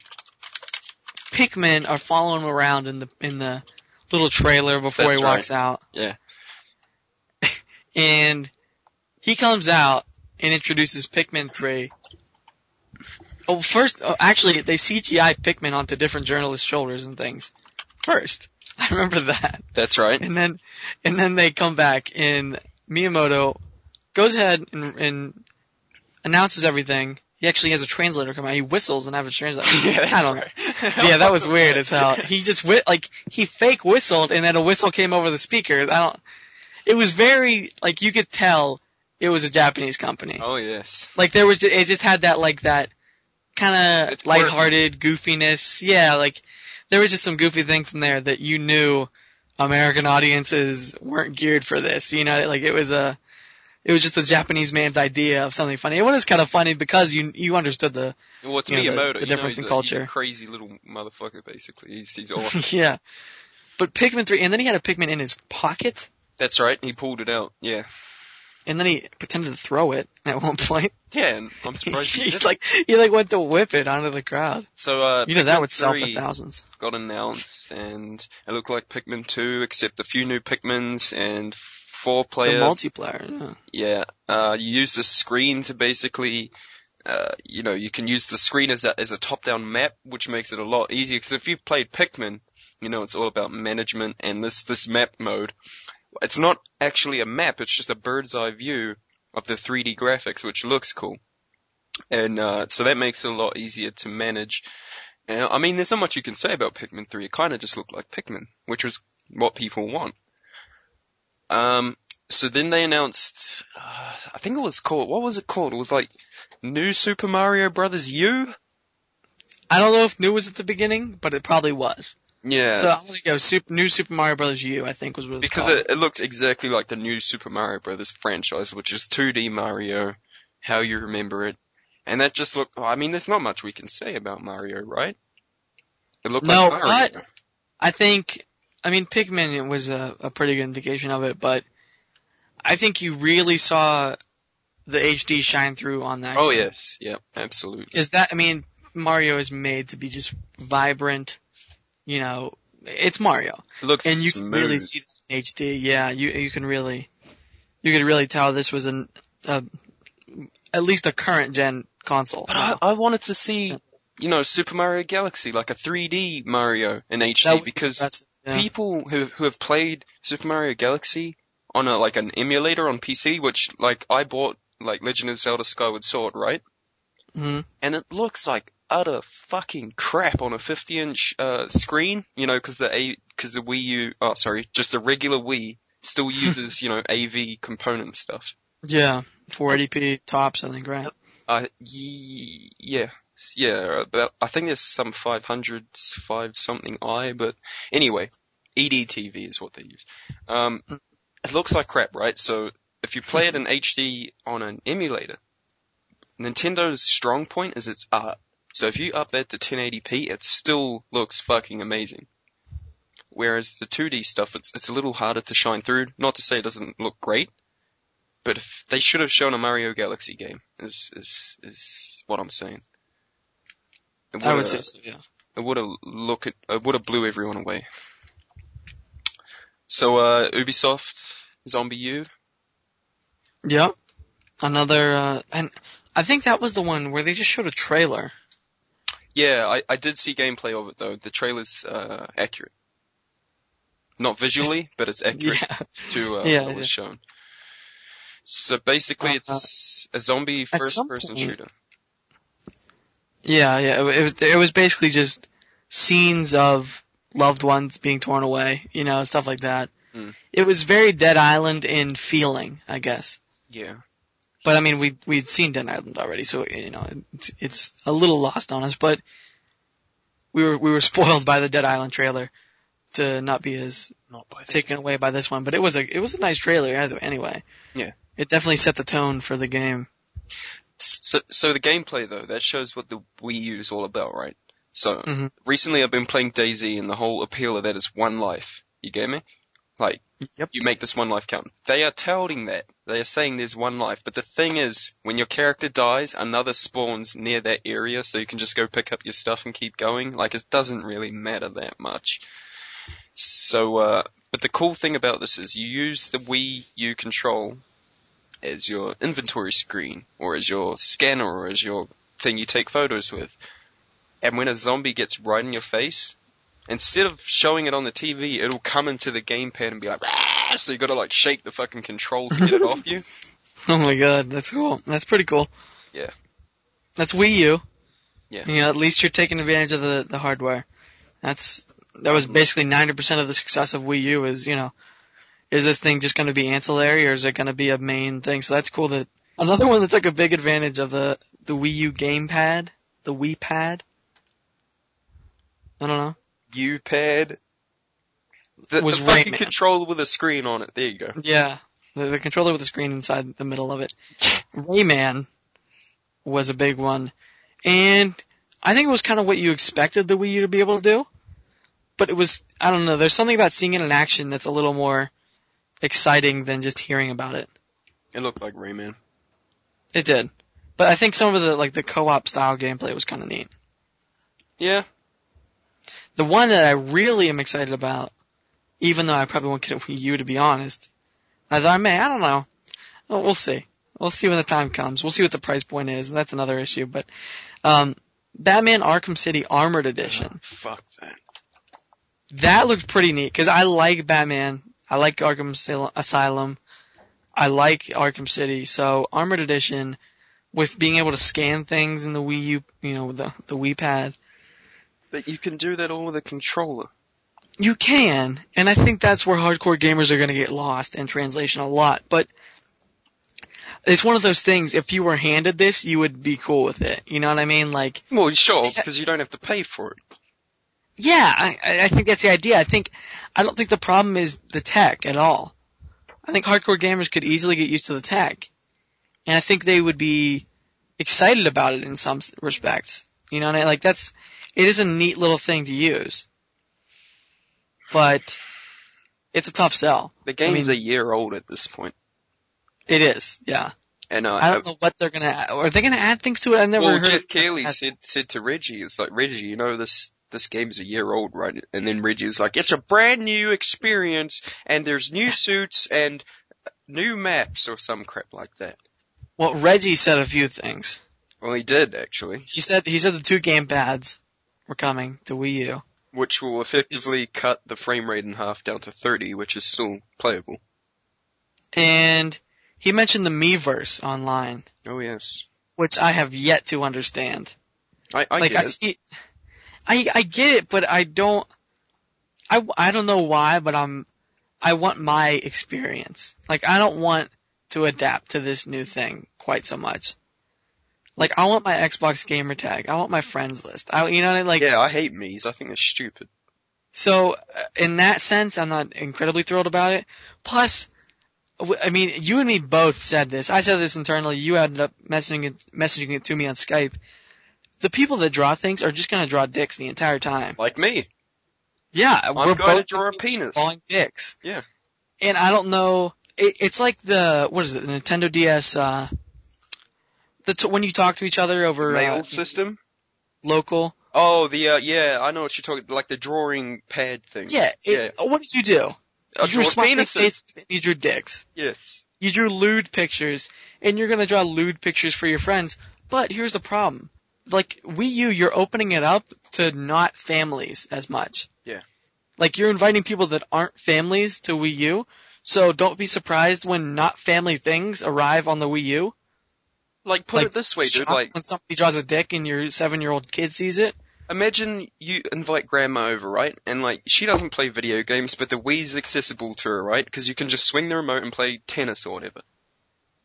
Pikmin are following him around in the in the little trailer before
That's
he walks out.
Yeah.
and he comes out and introduces Pikmin 3. Oh, first, oh, actually, they CGI Pikmin onto different journalists' shoulders and things. First, I remember that.
that's right.
And then, and then they come back and Miyamoto goes ahead and, and announces everything. He actually has a translator come out. He whistles and have a translator.
Yeah,
I don't know. Yeah, that was weird as hell. He just whi like he fake whistled and then a whistle came over the speaker. I don't. It was very like you could tell it was a Japanese company.
Oh yes.
Like there was, it just had that like that kind of
It's working.
lighthearted goofiness. Yeah, like there was just some goofy things in there that you knew American audiences weren't geared for this. You know, like it was a, it was just a Japanese man's idea of something funny. It was kind of funny because you you understood the
Well, it's
you know, the-
Miyamoto.
the
you know,
difference in
he's a- he's a
culture.
crazy little motherfucker, basically. He's he's awesome.
yeah. But Pikmin three, and then he had a Pikmin in his pocket,
that's right. He pulled it out. Yeah.
and then he pretended to throw it at one point.
Yeah, and I'm surprised. he
He's
did.
like he like went to whip it onto the crowd.
so uh,
You know that
Pikmin
would sell for
3
thousands.
got announced, and it looked like Pikmin 2, except a few new Pikmins and four
The
player
multiplayer. Yeah.
Yeah, uh, you use the screen to basically, uh, you know, you can use the screen as a, as a top-down map, which makes it a lot easier. Because if you've played Pikmin, you know it's all about management and this this map mode. It's not actually a map; it's just a bird's eye view of the 3D graphics, which looks cool. And uh, so that makes it a lot easier to manage. And, I mean, there's not much you can say about Pikmin 3. It kind of just looked like Pikmin, which was what people want. Um, so then they announced, uh, I think it was called, what was it called? It was like New Super Mario Brothers U.
I don't know if new was at the beginning, but it probably was.
Yeah.
So I'm gonna go Super, New Super Mario Brothers U. I think was what it was
because
called.
it, it looked exactly like the new Super Mario Brothers franchise, which is 2D Mario, how you remember it, and that just looked. I mean, there's not much we can say about Mario, right? It looked
No,
like Mario.
but- I think, I mean, Pikmin was a, a pretty good indication of it, but I think you really saw the HD shine through on that.
Oh yes, yep, absolutely.
Is that, I mean, Mario is made to be just vibrant, you know, it's Mario.
It looks
And you can really
smooth.
see that in HD. Yeah, you, you can really, you could really tell this was an, a, at least a current gen console.
But I, I wanted to see, you know, Super Mario Galaxy, like a 3D Mario in
That
HD,
would be
because
impressive, yeah.
people who who have played Super Mario Galaxy on a like an emulator on PC, which like I bought like Legend of Zelda Skyward Sword, right?
Mhm.
And it looks like utter fucking crap on a 50 inch uh, screen, you know, because the a because the Wii U, oh sorry, just the regular Wii still uses you know AV component stuff.
Yeah, 480p tops, I think, right?
Uh, ye- yeah, yeah. About, I think there's some 500, five something i, but anyway, E EDTV is what they use. Um, it looks like crap, right? So if you play it in HD on an emulator, Nintendo's strong point is its art. So if you up that to 1080p, it still looks fucking amazing. Whereas the 2D stuff, it's it's a little harder to shine through. Not to say it doesn't look great, but if they should have shown a Mario Galaxy game. Is is is what I'm saying. It
I would
would've-
say so, yeah.
it would have look at, it would have blew everyone away. So uh, Ubisoft Zombie U.
Yep. Another, uh, and I think that was the one where they just showed a trailer.
Yeah, I, I did see gameplay of it though. The trailer's uh, accurate. Not visually, but it's accurate to uh,
Yeah,
what was
yeah.
shown. So basically,
Uh,
it's a zombie
at some
first-person
point-
shooter.
Yeah, yeah. It, wa- it was, it was basically just scenes of loved ones being torn away, you know, stuff like that.
Hmm.
It was very Dead Island in feeling, I guess.
Yeah,
But I mean, we we'd seen Dead Island already, so you know, it's, it's a little lost on us. But we were we were spoiled by the Dead Island trailer to not be as
not by
taken away by this one, but it was a it was a nice trailer either anyway.
Yeah.
It definitely set the tone for the game.
So, so the gameplay though, that shows what the Wii U is all about, right? So
Mhm.
recently I've been playing Daisy, and the whole appeal of that is one life. You get me? Like,
Yep.
you make this one life count. They are touting that. They are saying there's one life, but the thing is, when your character dies, another spawns near that area, so you can just go pick up your stuff and keep going. Like, it doesn't really matter that much. So, uh, but the cool thing about this is you use the Wii U control as your inventory screen, or as your scanner, or as your thing you take photos with. And when a zombie gets right in your face, instead of showing it on the TV, it'll come into the gamepad and be like, "Rah!" so you gotta like shake the fucking control to get it off you.
Oh my god, that's cool. That's pretty cool.
Yeah.
That's Wii U.
Yeah.
You know, at least you're taking advantage of the, the hardware. That's that was basically ninety percent of the success of Wii U is, you know, is this thing just gonna be ancillary or is it gonna be a main thing? So that's cool that another one that took a big advantage of the, the Wii U gamepad, the Wii pad. I don't know.
U pad. The,
Was
the fucking
Rayman.
controller with a screen on it. There you go.
Yeah, the, the controller with the screen inside the middle of it. Rayman was a big one, and I think it was kind of what you expected the Wii U to be able to do. But it was, I don't know, there's something about seeing it in action that's a little more exciting than just hearing about it.
It looked like Rayman.
It did. But I think some of the, like, the co-op style gameplay was kind of neat.
Yeah.
The one that I really am excited about, even though I probably won't get it for you to be honest, as I may, I don't know. Oh, Well, We'll see. We'll see when the time comes. We'll see what the price point is, and that's another issue. But um, Batman Arkham City Armored Edition.
Fuck that.
That looks pretty neat because I like Batman. I like Arkham Asyl- Asylum. I like Arkham City. So Armored Edition, with being able to scan things in the Wii U, you know, the the Wii Pad,
But you can do that all with a controller.
You can, and I think that's where hardcore gamers are going to get lost in translation a lot, but it's one of those things, if you were handed this, you would be cool with it. You know what I mean? Like,
Well, sure, because you don't have to pay for it.
Yeah, I, I I think that's the idea. I think I don't think the problem is the tech at all. I think hardcore gamers could easily get used to the tech, and I think they would be excited about it in some s- respects. You know, what I like that's it is a neat little thing to use, but it's a tough sell.
The game's
mean-
a year old at this point,
It is, yeah.
and uh,
I don't know what they're gonna. add. Are they gonna add things to it? I've never
well,
heard.
Jeff Keighley
had-
said said to Reggie, "It's like Reggie, you know this." This game's a year old, right? And then Reggie was like, it's a brand new experience and there's new suits and uh, new maps or some crap like that.
Well, Reggie said a few things.
Well, he did actually,
He said he said the two game pads were coming to Wii U.
which will effectively cut the frame rate in half down to 30, which is still playable.
and he mentioned the Meverse online,
Oh yes.
which I have yet to understand.
I, I
like
get
I
it.
see, I I get it, but I don't. I I don't know why, but I'm. I want my experience. Like I don't want to adapt to this new thing quite so much. Like I want my Xbox gamer tag. I want my friends list. I you know what I mean? like.
yeah, I hate Mii's. I think they're stupid.
So uh, in that sense, I'm not incredibly thrilled about it. Plus, w- I mean, you and me both said this. I said this internally. You ended up messaging it, messaging it to me on Skype. The people that draw things are just gonna draw dicks the entire time.
Like me.
Yeah, we're
gonna
both
draw a
just
penis.
drawing dicks.
Yeah.
and I don't know. It, it's like the what is it? The Nintendo DS. Uh, the t- when you talk to each other over uh,
Mail system.
local.
Oh, the uh, yeah, I know what you're talking. Like the drawing pad thing.
Yeah. It, What did you do?
I
you drew
draw
smiley
penises.
faces. and You drew dicks.
Yes.
you drew lewd pictures, and you're gonna draw lewd pictures for your friends. But here's the problem. Like, Wii U, you're opening it up to not families as much.
Yeah.
Like, you're inviting people that aren't families to Wii U, so don't be surprised when not family things arrive on the Wii U.
Like put
Like,
it this way, dude.
Shocked
Like
when somebody draws a dick and your seven year old kid sees it.
imagine you invite grandma over, right? And like she doesn't play video games, but the Wii's accessible to her, right? Because you can just swing the remote and play tennis or whatever.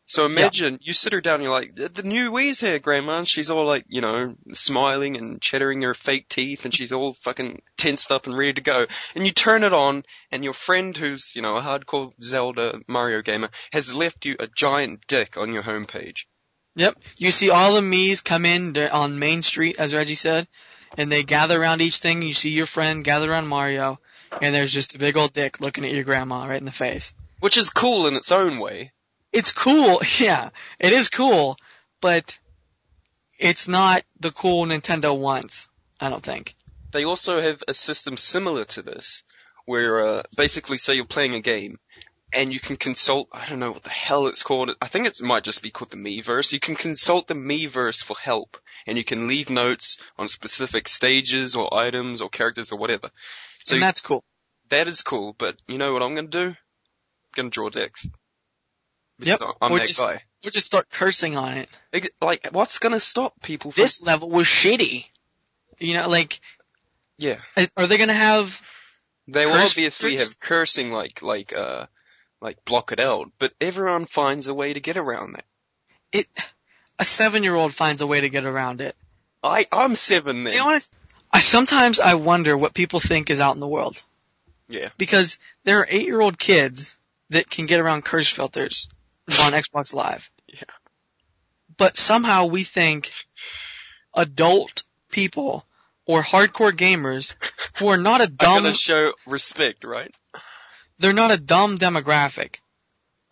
So imagine you sit her down and you're like, the, the new Wii's here, grandma. And she's all like, you know, smiling and chattering her fake teeth and she's all fucking tensed up and ready to go. And you turn it on and your friend who's, you know, a hardcore Zelda Mario gamer has left you a giant dick on your homepage.
Yep. You see all the me's come in they're on Main Street, as Reggie said, and they gather around each thing. You see your friend gather around Mario, and there's just a big old dick looking at your grandma right in the face.
Which is cool in its own way.
It's cool, yeah. It is cool, but it's not the cool Nintendo wants, I don't think.
they also have a system similar to this, where uh, basically, say you're playing a game, and you can consult. I don't know what the hell it's called. I think it might just be called the Meverse. You can consult the Meverse for help, and you can leave notes on specific stages or items or characters or whatever. So
and
you-
that's cool.
that is cool. But you know what I'm gonna do? I'm gonna draw dicks.
Yep,
Because I'm
or
that
just-
guy.
We'll just start cursing on it.
Ex- Like, what's gonna stop people from?
This level was shitty. You know, like,
yeah.
are they gonna have
They will
Curse-
obviously
curse-
have cursing like like uh like block it out, but everyone finds a way to get around that.
it? A seven year old finds a way to get around it.
I I'm seven then.
You know what? I sometimes I wonder what people think is out in the world
yeah.
because there are eight-year-old kids that can get around curse filters on Xbox Live.
Yeah.
But somehow we think adult people or hardcore gamers who are not a
I'm
dumb
gonna show respect, right?
they're not a dumb demographic.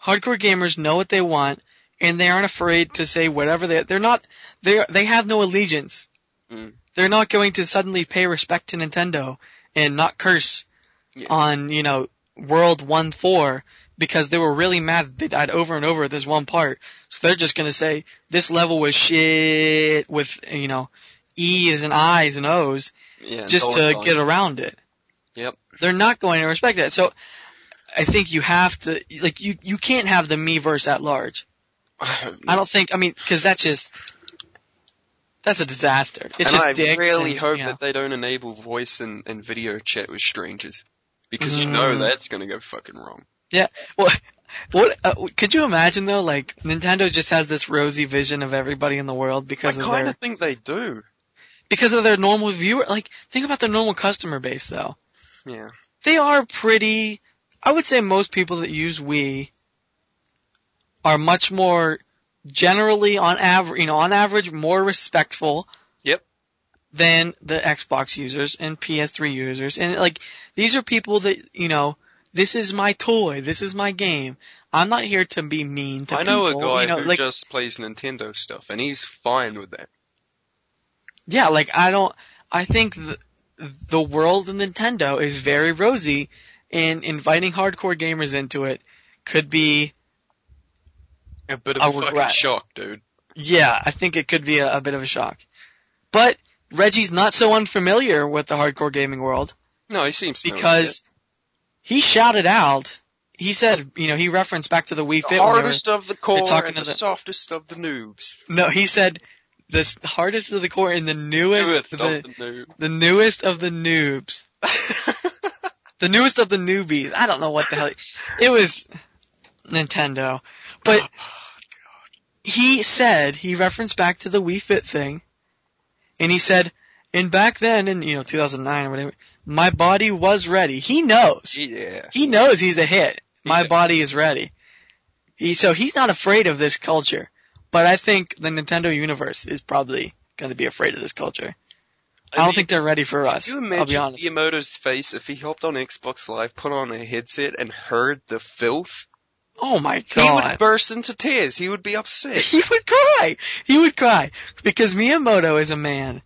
Hardcore gamers know what they want and they aren't afraid to say whatever they they're not they they have no allegiance.
Mm.
They're not going to suddenly pay respect to Nintendo and not curse
Yeah.
on, you know, World 1-4 because they were really mad that they died over and over at this one part. So they're just going to say this level was shit with, you know, E's and I's and O's
Yeah.
just to get around it.
Yep.
They're not going to respect that. So I think you have to like you you can't have the meverse at large.
I
I don't think I mean cuz that's just that's a disaster. It's
and
just
I
dicks
really
and,
hope
you know.
that they don't enable voice and, and video chat with strangers. Because you
Mm.
know that's gonna go fucking wrong.
what uh, could you imagine though like Nintendo just has this rosy vision of everybody in the world
I
because of
kinda
their
think they do.
because of their normal viewer. Like, think about their normal customer base though.
Yeah.
They are pretty. I would say most people that use Wii are much more generally on average, you know, on average more respectful.
Yep.
Than the Xbox users and PS3 users, and like these are people that you know. This is my toy. This is my game. I'm not here to be mean to
I know
people.
a guy
you know,
who
like,
just plays Nintendo stuff, and he's fine with that.
Yeah, like I don't. I think the, the world of Nintendo is very rosy, and inviting hardcore gamers into it could be.
A bit of
I
a
would
fucking
rat.
shock, dude.
Yeah, I think it could be a, a bit of a shock. But Reggie's not so unfamiliar with the hardcore gaming world
No, he seems to know
because he shouted out. He said, you know, he referenced back to the Wii
that. the
Fit. when they were-
hardest of the core
talking
and
to
the,
the-
softest of the noobs.
no, he said the s- hardest of the core and the newest,
Newest
the,
of the noob.
the newest of the noobs. the newest of the newbies. I don't know what the hell it was. Nintendo,
Oh,
but he said he referenced back to the Wii Fit thing, and he said, "And back then, in you know 2009 or whatever, my body was ready." He knows.
yeah.
He knows he's a hit. My
Yeah.
body is ready. He so he's not afraid of this culture, but I think the Nintendo universe is probably going to be afraid of this culture. I, don't
mean,
think they're ready for us.
Can you
I'll be
imagine
honest.
Miyamoto's face if he hopped on Xbox Live, put on a headset, and heard the filth?
Oh my
He
god.
would burst into tears. He would be upset.
he would cry. He would cry because Miyamoto is a man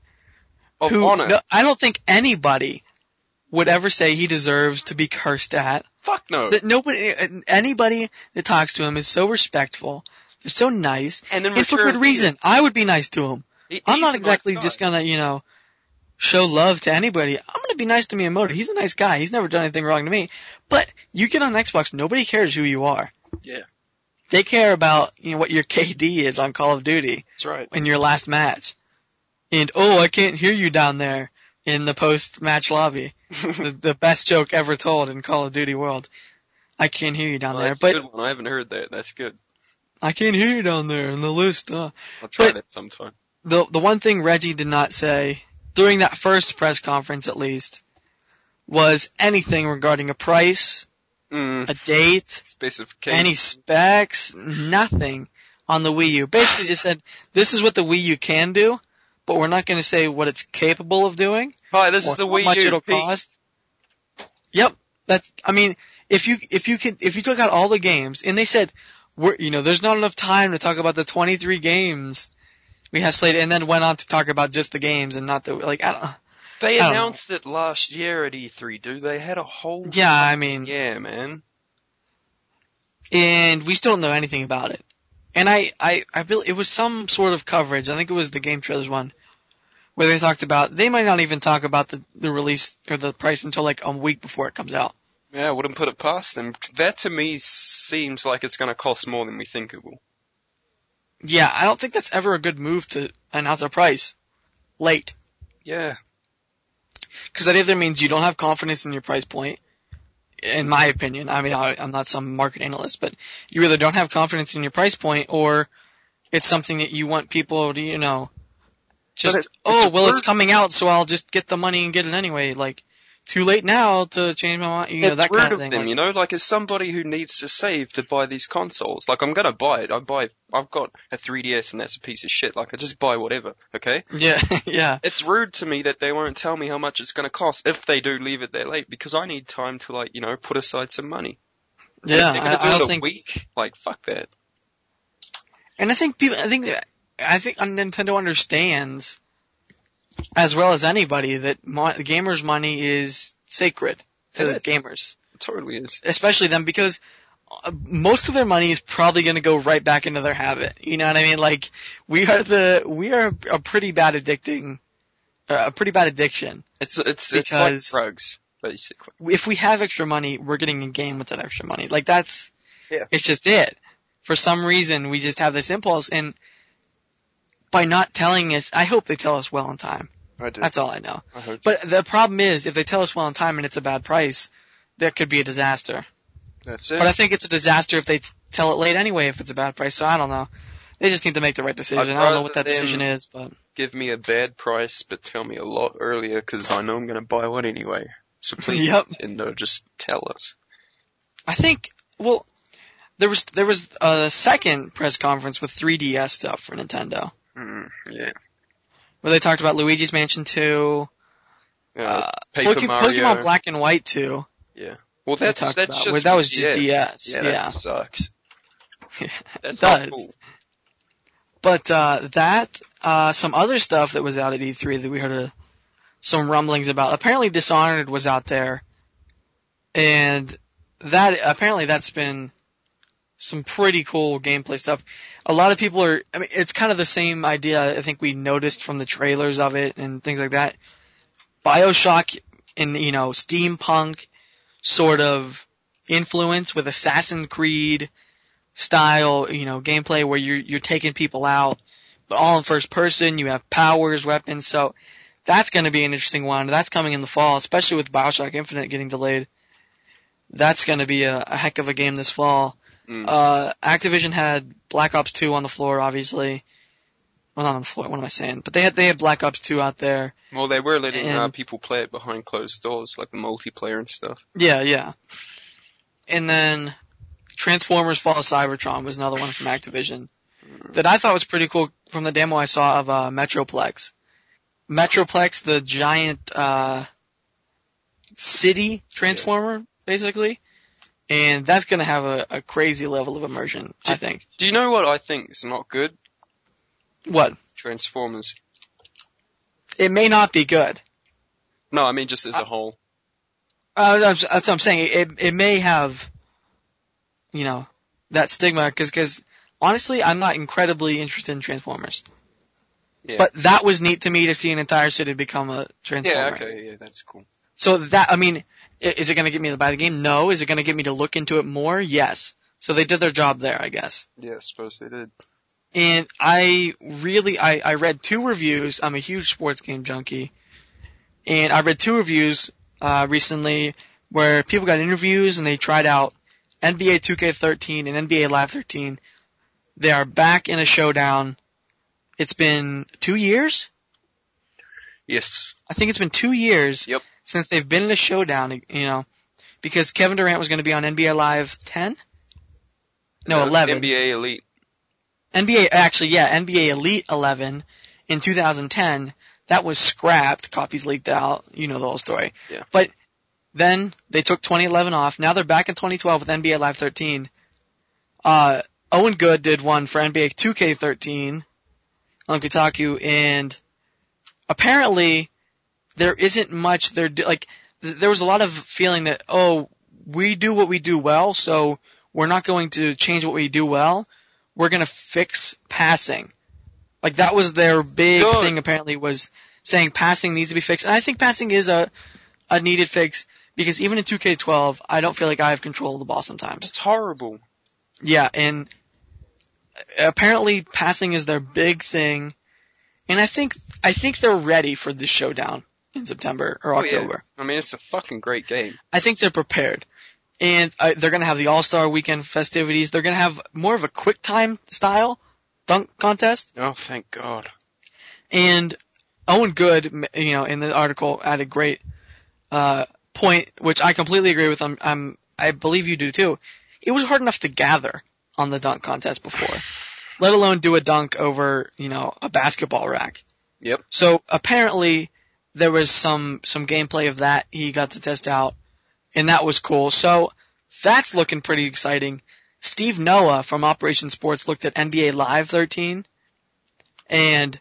of
who
honor.
no, I don't think anybody would ever say he deserves to be cursed at.
Fuck no.
That nobody, anybody that talks to him is so respectful. They're so nice,
and in
and for
return,
good reason. I would be nice to him.
he-
I'm
he's
not
a nice
exactly
guy.
just gonna, you know, show love to anybody. I'm gonna be nice to Miyamoto. He's a nice guy. He's never done anything wrong to me. But you get on Xbox, nobody cares who you are.
Yeah.
They care about you know what your KD is on Call of Duty
That's right.
in your last match. And oh, I can't hear you down there in the post-match lobby. the, the best joke ever told in Call of Duty World. I can't hear you down
Well,
there,
that's a
but
good one. I haven't heard that. That's good.
I can't hear you down there in the list. Uh,
I'll try
But-
that sometime.
the the one thing Reggie did not say during that first press conference, at least, was anything regarding a price,
Mm,
a date,
specification.
any specs, nothing on the Wii U. Basically just said, this is what the Wii U can do, but we're not going to say what it's capable of doing.
Hi, this
or
is the
how
Wii
much
U.
it'll
Pete.
cost. Yep, that's. I mean, if you if you could if you took out all the games and they said, we're you know, there's not enough time to talk about the 23 games we have slated, and then went on to talk about just the games and not the like. I don't.
They
I don't
announced it last year at E3, dude. They had a whole
Yeah, I mean,
yeah, man.
and we still don't know anything about it. And I, I, I feel it was some sort of coverage. I think it was the Game Trailers one where they talked about they might not even talk about the the release or the price until like a week before it comes out.
Yeah, I wouldn't put it past them. That to me seems like it's going to cost more than we think it will.
Yeah, I don't think that's ever a good move to announce a price late
Yeah,
because that either means you don't have confidence in your price point. In my opinion, I mean, I, I'm not some market analyst, but you either don't have confidence in your price point or it's something that you want people to, you know, just,
it's- it's
oh,
a
well, it's
first-
coming out, so I'll just get the money and get it anyway. Like, too late now to change my mind, you know,
It's
that
rude
kind of
of
thing.
them,
like-
you know. Like, as somebody who needs to save to buy these consoles, like I'm going to buy it. I buy. I've got a 3DS, and that's a piece of shit. Like, I just buy whatever. Okay.
Yeah, yeah.
It's rude to me that they won't tell me how much it's going to cost if they do leave it there late, because I need time to like you know put aside some money.
Yeah,
They're gonna
I,
do
I
it
don't
a
think
week. Like, fuck that.
And I think people, I think, that- I think Nintendo understands, as well as anybody, that mo- gamers' money is sacred to
It is.
gamers,
It totally is.
especially them, because uh, most of their money is probably going to go right back into their habit. You know what I mean? Like we are the we are a pretty bad addicting, uh, a pretty bad addiction.
It's it's
Because-
it's like drugs basically.
If we have extra money, we're getting a game with that extra money. Like that's
Yeah.
it's just it. For some reason, we just have this impulse, and by not telling us, I hope they tell us well in time.
I do.
That's all I know.
I hope.
But the problem is, if they tell us well in time and it's a bad price, that could be a disaster.
That's it.
But I think it's a disaster if they t- tell it late anyway, if it's a bad price. So I don't know. They just need to make the right
I'd
decision. I don't know what
rather
that decision
them-
is, but
Give me a bad price, but tell me a lot earlier because I know I'm going to buy one anyway. So please,
Yep.
and no, just tell us.
I think well, there was there was a second press conference with 3DS stuff for Nintendo
Mm, yeah.
where they talked about Luigi's Mansion 2,
Uh,
uh,
Paper
Poke-
Mario.
Pokemon Black and White 2.
well,
They
that,
talked
that's
about
just
where that was just
DS.
DS.
Yeah,
Yeah,
that sucks.
Yeah,
That's
it
not
does.
cool.
but uh, that uh, some other stuff that was out at E3 that we heard uh, some rumblings about. Apparently, Dishonored was out there, and that apparently that's been some pretty cool gameplay stuff. A lot of people are. I mean, it's kind of the same idea. I think we noticed from the trailers of it and things like that. Bioshock and you know steampunk sort of influence with Assassin's Creed style, you know, gameplay where you're you're taking people out, but all in first person. You have powers, weapons, so that's going to be an interesting one. That's coming in the fall, especially with Bioshock Infinite getting delayed. That's going to be a, a heck of a game this fall.
Mm.
Uh, Activision had Black Ops 2 on the floor, obviously. Well, not on the floor. What am I saying? But they had they had Black Ops 2 out there.
Well, they were letting uh,
And-
people play it behind closed doors, like the multiplayer and stuff.
Yeah, yeah. And then Transformers Fall of Cybertron was another one from Activision that I thought was pretty cool from the demo I saw of uh, Metroplex. Metroplex, the giant uh, city transformer, basically. And that's going to have a, a crazy level of immersion, I
Did-
think.
Do you know what I think is not good?
What?
Transformers.
It may not be good.
No, I mean just as a whole.
Uh, that's, that's what I'm saying. It it may have, you know, that stigma because honestly, I'm not incredibly interested in Transformers.
Yeah.
But that was neat to me to see an entire city become a Transformer.
yeah, okay, yeah, that's cool.
So that I mean, i- is it going to get me to buy the game? No. Is it going to get me to look into it more? Yes. So they did their job there, I guess
Yeah, I suppose they did.
and I really I, I read two reviews. I'm a huge sports game junkie, and I read two reviews uh, recently where people got interviews and they tried out NBA 2K13 and NBA Live 13. They are back in a showdown. It's been two years.
Yes.
I think it's been two years
Yep.
since they've been in a showdown. You know, because Kevin Durant was going to be on NBA Live 10. No,
Uh,
11.
NBA Elite.
NBA, actually, yeah, NBA Elite 11 in 2010, that was scrapped. Copies leaked out. You know the whole story.
Yeah.
But then they took 2011 off. Now they're back in 2012 with NBA Live 13. Uh, Owen Good did one for NBA 2K13 on Kotaku, and apparently there isn't much they're do- like. th- There was a lot of feeling that oh, we do what we do well, so we're not going to change what we do well. We're gonna fix passing. Like that was their big
Good.
thing. Apparently, was saying passing needs to be fixed, and I think passing is a a needed fix because even in 2K12, I don't feel like I have control of the ball sometimes.
It's horrible.
Yeah, and apparently passing is their big thing, and I think I think they're ready for this showdown in September or
Oh, yeah.
October.
I mean, it's a fucking great game.
I think they're prepared, and uh, they're gonna have the All Star Weekend festivities. They're gonna have more of a quick time style dunk contest,
Oh, thank God.
and Owen Good, m- you know, in the article added great uh, point, which I completely agree with. I'm, I'm, I believe you do too. It was hard enough to gather on the dunk contest before, let alone do a dunk over, you know, a basketball rack.
Yep.
So apparently there was some some gameplay of that he got to test out, and that was cool. So that's looking pretty exciting. Steve Noah from Operation Sports looked at NBA Live 13, and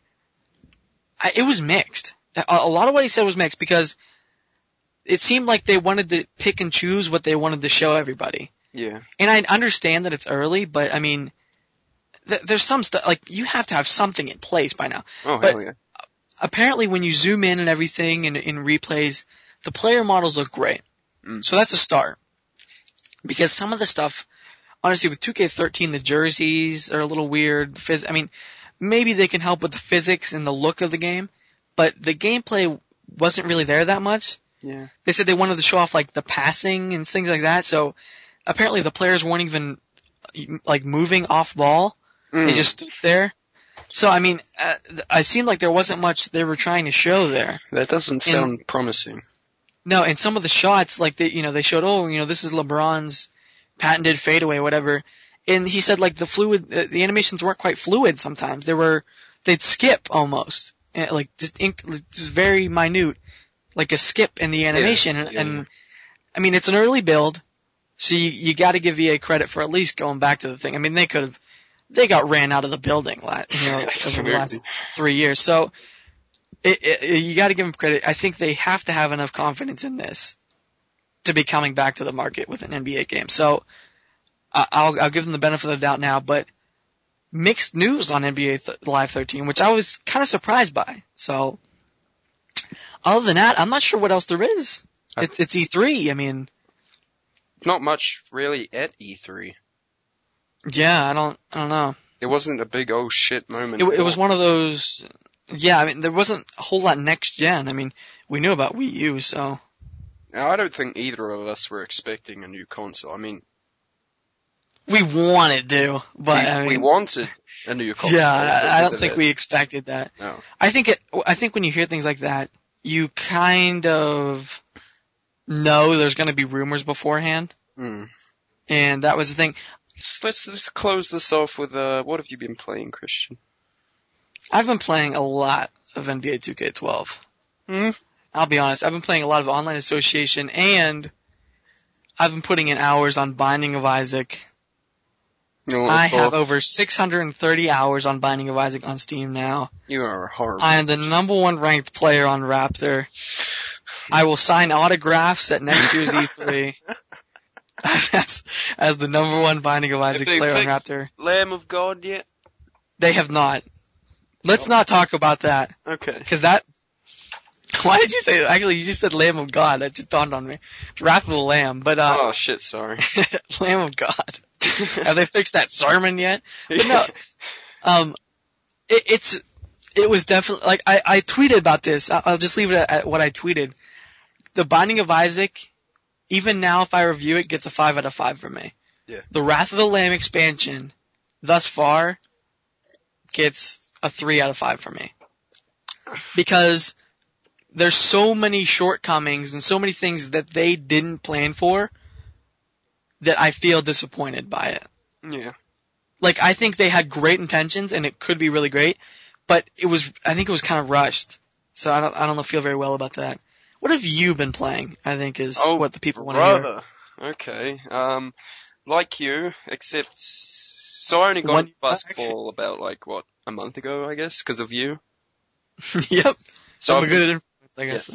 I, it was mixed. A, a lot of what he said was mixed because it seemed like they wanted to pick and choose what they wanted to show everybody.
Yeah.
And I understand that it's early, but I mean, th- there's some stuff like you have to have something in place by now
Oh,
But-
hell yeah.
apparently when you zoom in and everything and in replays, the player models look great.
Mm.
So that's a start. Because some of the stuff, honestly, with 2K13, the jerseys are a little weird. The Phys- I mean, maybe they can help with the physics and the look of the game, but the gameplay wasn't really there that much.
Yeah.
They said they wanted to show off like the passing and things like that. So apparently the players weren't even like moving off ball. They
Mm.
just stood there. So I mean, uh, it seemed like there wasn't much they were trying to show there.
that doesn't sound promising.
No, and some of the shots, like they, you know, they showed, oh, you know, this is LeBron's patented fadeaway, whatever. And he said, like the fluid, uh, the animations weren't quite fluid sometimes. They were, they'd skip almost, and, like just, inc- like, just very minute, like a skip in the animation. and,
yeah,
and
yeah.
I mean, it's an early build, so you, you got to give EA credit for at least going back to the thing. I mean, they could have, they got ran out of the building, la- you know, over the
Very-
last three years. So it, it, it- you got to give them credit. I think they have to have enough confidence in this to be coming back to the market with an NBA game. So I- I'll, I'll give them the benefit of the doubt now, but mixed news on NBA th- Live 13, which I was kind of surprised by. So other than that, I'm not sure what else there is.
I-
It's, it's E3. I mean,
Not much really at E E3.
yeah, I don't, I don't know.
There wasn't a big oh shit moment.
It,
at
it was
all.
one of those, yeah, I mean, there wasn't a whole lot next gen. I mean, we knew about Wii U, so
Now, I don't think either of us were expecting a new console. I mean,
we wanted to, but
we,
I mean,
we wanted a new console.
Yeah, I, I don't
But
think
it-
we expected that.
No.
I think it. I think when you hear things like that, you kind of know there's going to be rumors beforehand,
Mm.
and that was the thing.
So Let's just close this off with uh, what have you been playing, Christian?
I've been playing a lot of NBA 2K12.
Hmm?
I'll be honest. I've been playing a lot of Online Association, and I've been putting in hours on Binding of Isaac.
You know,
I have
Thor,
over 630 hours on Binding of Isaac on Steam now.
you are horrible.
I am the number one ranked player on Raptor. I will sign autographs at next year's E3 as, as the number one Binding of Isaac
they
player on
fix-
Raptor.
Lamb of God yet?
They have not. Let's not talk about that
Okay.
because that. Why did you say that? Actually, you just said Lamb of God. That just dawned on me. It's Wrath of the Lamb, but uh,
oh shit, sorry.
Lamb of God. have they fixed that sermon yet? But no, um, it, it's it was definitely like I, I tweeted about this. I, I'll just leave it at, at what I tweeted. The Binding of Isaac, even now, if I review it, gets a five out of five from me.
Yeah.
The Wrath of the Lamb expansion, thus far, gets a three out of five from me because there's so many shortcomings and so many things that they didn't plan for that I feel disappointed by it
Yeah.
like I think they had great intentions and it could be really great, but it was I think it was kind of rushed. So I don't I don't feel very well about that. What have you been playing? I think is
Oh,
what the people want to hear.
Brother. Okay. Um, like you, except so I only got
One
into basketball about like what a month ago, I guess, because of you.
yep.
So
So I'm
I've-
a good influence, I guess.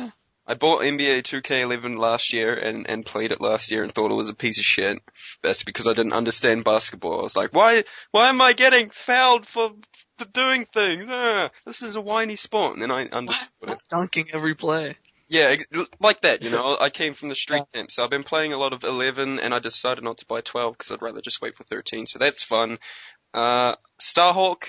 I bought NBA 2K11 last year and, and played it last year and thought it was a piece of shit. That's because I didn't understand basketball. I was like, why, why am I getting fouled for, for doing things? Ah, this is a whiny sport. And then I understood it.
What? Dunking every play.
Yeah, ex- like that, you know. I came from the street camp, so I've been playing a lot of 11, and I decided not to buy 12 because I'd rather just wait for 13, so that's fun. Uh, Starhawk,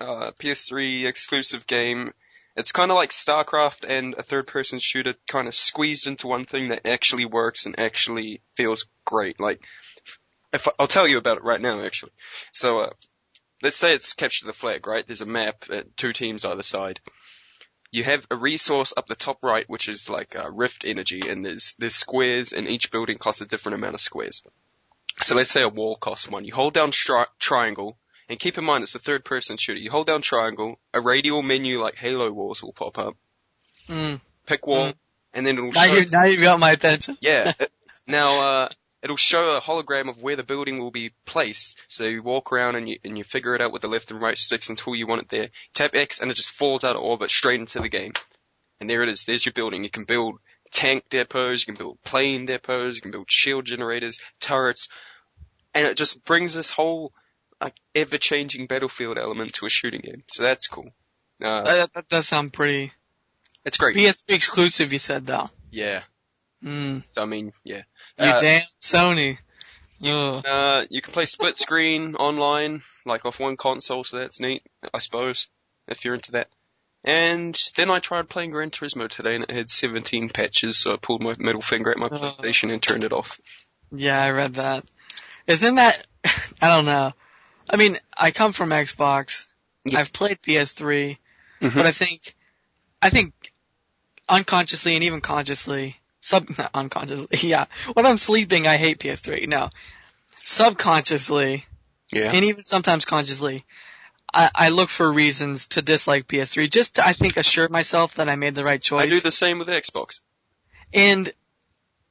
uh, PS3 exclusive game. It's kind of like StarCraft and a third person shooter kind of squeezed into one thing that actually works and actually feels great. Like, if I, I'll tell you about it right now, actually. So, uh, let's say it's capture the flag, right? There's a map, uh, two teams either side you have a resource up the top right, which is like uh, rift energy, and there's there's squares, and each building costs a different amount of squares. So let's say a wall costs one. You hold down stri- triangle, and keep in mind it's a third person shooter. You hold down triangle, a radial menu like Halo Wars will pop up.
Mm.
Pick wall,
Mm.
and then it'll
Now
show.
you now you've got my attention.
Yeah. now, uh, it'll show a hologram of where the building will be placed. So you walk around and you, and you figure it out with the left and right sticks until you want it there. Tap X and it just falls out of orbit straight into the game. And there it is. There's your building. You can build tank depots, you can build plane depots, you can build shield generators, turrets. And it just brings this whole, like, ever-changing battlefield element to a shooting game. So that's cool. Uh,
That, that does sound pretty.
it's great.
PSP exclusive, you said though.
Yeah.
Mm.
I mean, yeah.
You
Uh,
damn Sony. Ugh.
Uh, you can play split screen online, like off one console, so that's neat, I suppose, if you're into that. And then I tried playing Gran Turismo today, and it had 17 patches, so I pulled my middle finger at my
Oh.
PlayStation and turned it off.
Yeah, I read that. Isn't that? I don't know. I mean, I come from Xbox.
Yeah.
I've played PS3,
Mhm.
but I think, I think, unconsciously and even consciously, sub not unconsciously, yeah. When I'm sleeping, I hate PS3. No, subconsciously
yeah.
and even sometimes consciously, I, I look for reasons to dislike PS3 just to, I think, assure myself that I made the right choice.
I do the same with Xbox.
and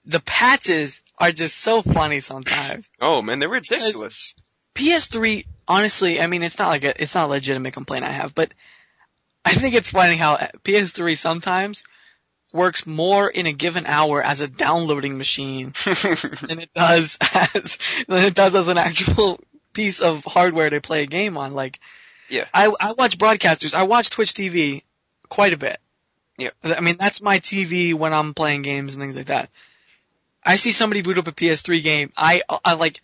the patches are just so funny sometimes.
Oh man, they're ridiculous.
PS3, honestly, I mean, it's not like a, it's not a legitimate complaint I have, but I think it's funny how PS3 sometimes works more in a given hour as a downloading machine than it does as than it does as an actual piece of hardware to play a game on. Like,
Yeah.
I I watch broadcasters. I watch Twitch TV quite a bit.
Yeah.
I mean that's my TV when I'm playing games and things like that. I see somebody boot up a PS3 game. I I like.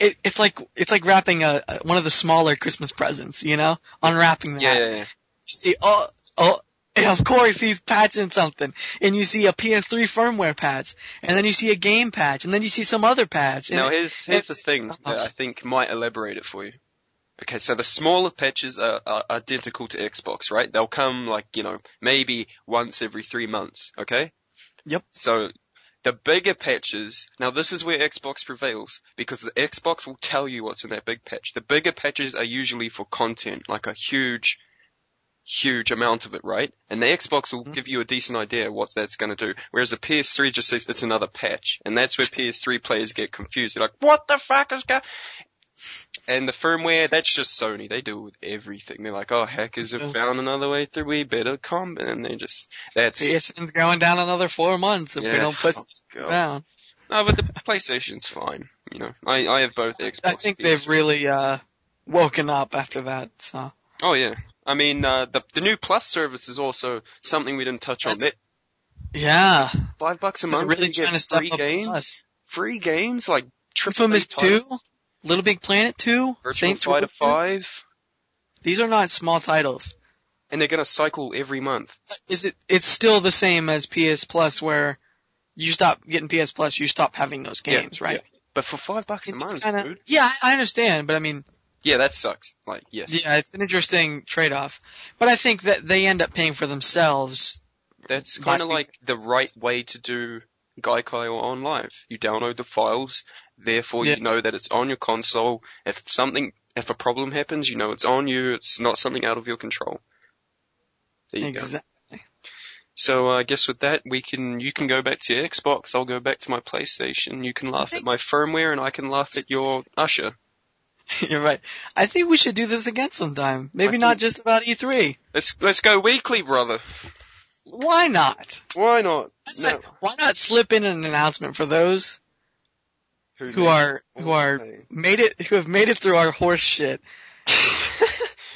It, it's like it's like wrapping a, a one of the smaller Christmas presents, you know, unwrapping that.
yeah, yeah, yeah.
You see, oh, oh, and of course he's patching something, and you see a PS3 firmware patch, and then you see a game patch, and then you see some other patch. And
Now here's here's the thing that I think might elaborate it for you. Okay, so the smaller patches are, are identical to Xbox, right? They'll come like you know maybe once every three months. Okay.
Yep.
So the bigger patches. Now this is where Xbox prevails because the Xbox will tell you what's in that big patch. The bigger patches are usually for content, like a huge, huge amount of it, right? And the Xbox will give you a decent idea of what that's going to do. Whereas the PS3 just says it's another patch, and that's where PS3 players get confused. They're like, "What the fuck is going?" And the firmware, that's just Sony. They deal with everything. They're like, "Oh, hackers have
Yeah.
found another way through. We better come." And they just that's
PlayStation's going down another four months if we
Yeah. Oh,
don't push this
God.
down.
No, but the PlayStation's fine. You know, I, I have both Xbox.
I think they've really uh woken up after that. So
Oh yeah. I mean, uh, the the new Plus service is also something we didn't touch on.
That's-
That
yeah,
five bucks a
they're
month,
really
you get
trying to step
free
up
games,
us.
free games like Triple
Infamous
A
Two,
titles,
Little Big Planet Two,
Virtual
Saints Row
Fighter
2.
Five,
These are not small titles.
and they're gonna cycle every month.
Is it? It's still the same as PS Plus, where you stop getting PS Plus, you stop having those
Yeah,
games, right?
yeah. But for five bucks a month,
Kinda-
dude.
yeah, I- I understand, but I mean,
Yeah, that sucks. Like, yes,
yeah, it's an interesting trade-off. But I think that they end up paying for themselves.
that's
Might
kind of
be-
like the right way to do Gaikai or on live. You download the files, therefore
Yeah.
you know that it's on your console. If something, if a problem happens, you know it's on you. It's not something out of your control. There you go.
Exa-
So uh, I guess with that, we can you can go back to your Xbox. I'll go back to my PlayStation. You can laugh
think-
at my firmware, and I can laugh at your Usher.
You're right. I think we should do this again sometime. Maybe
think-
not just about E E3.
Let's let's go weekly, brother.
Why not?
Why not? No.
Why not- Why not slip in an announcement for those who are who are made it who have made it through our horse shit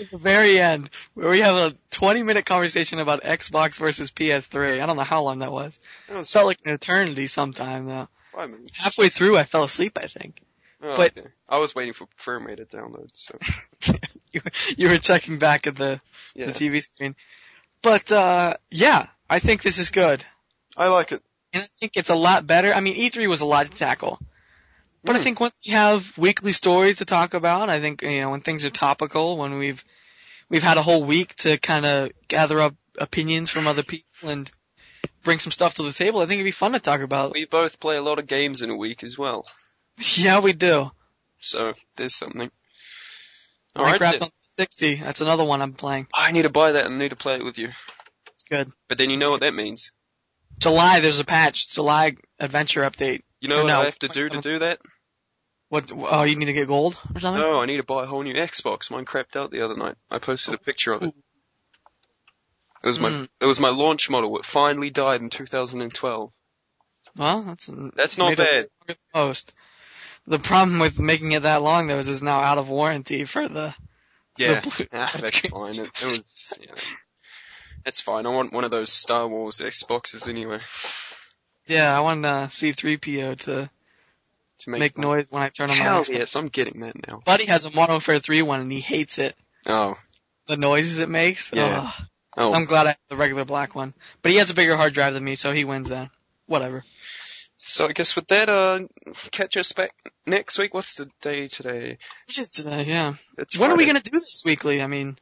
at the very end where we have a 20 minute conversation about Xbox versus PS3. I don't know how long that was. It felt like an eternity sometime though. Halfway through I fell asleep, I think. but-
Oh, I was waiting for firmware to download. So
you, you were checking back at the,
yeah,
the TV screen. But uh yeah, I think this is good.
I like it.
And I think it's a lot better. I mean, E3 was a lot to tackle. But I
Mm.
think once we have weekly stories to talk about, I think, you know, when things are topical, when we've, we've had a whole week to kind of gather up opinions from other people and bring some stuff to the table, I think it'd be fun to talk about.
We both play a lot of games in a week as well,
Yeah, we do.
so there's something. All right.
Minecraft
then.
on 60. That's another one I'm playing.
I need to buy that and I need to play it with you.
It's good.
But then you know what that means.
July, there's a patch. July adventure update.
You know what
No.
I have to do to do that?
What, oh, you need to get gold or something?
No, I need to buy a whole new Xbox. Mine crapped out the other night. I posted
Oh.
a picture of it. It was my
Mm.
it was my launch model. It finally died in 2012.
Well, that's,
That's not
made a-
bad.
post. The problem with making it that long though is it's now out of warranty for the.
Yeah,
blue-
Ah,
that's
that's
good.
fine. It, it was. Yeah. That's fine. I want one of those Star Wars Xboxes anyway
Yeah, I want uh, C3PO to
to make,
make noise when I turn on my.
Hell
Xbox.
yes, I'm getting that now.
Buddy has a Modern Warfare 3 one and he hates it.
Oh,
The noises it makes.
Yeah.
Ugh.
oh,
Um, I'm glad I have the regular black one, but he has a bigger hard drive than me, so he wins then. Whatever.
So I guess with that, uh, catch us back next week. What's the day today?
Which is
uh,
today, yeah.
It's
when are we
Friday.
gonna do this weekly? I mean,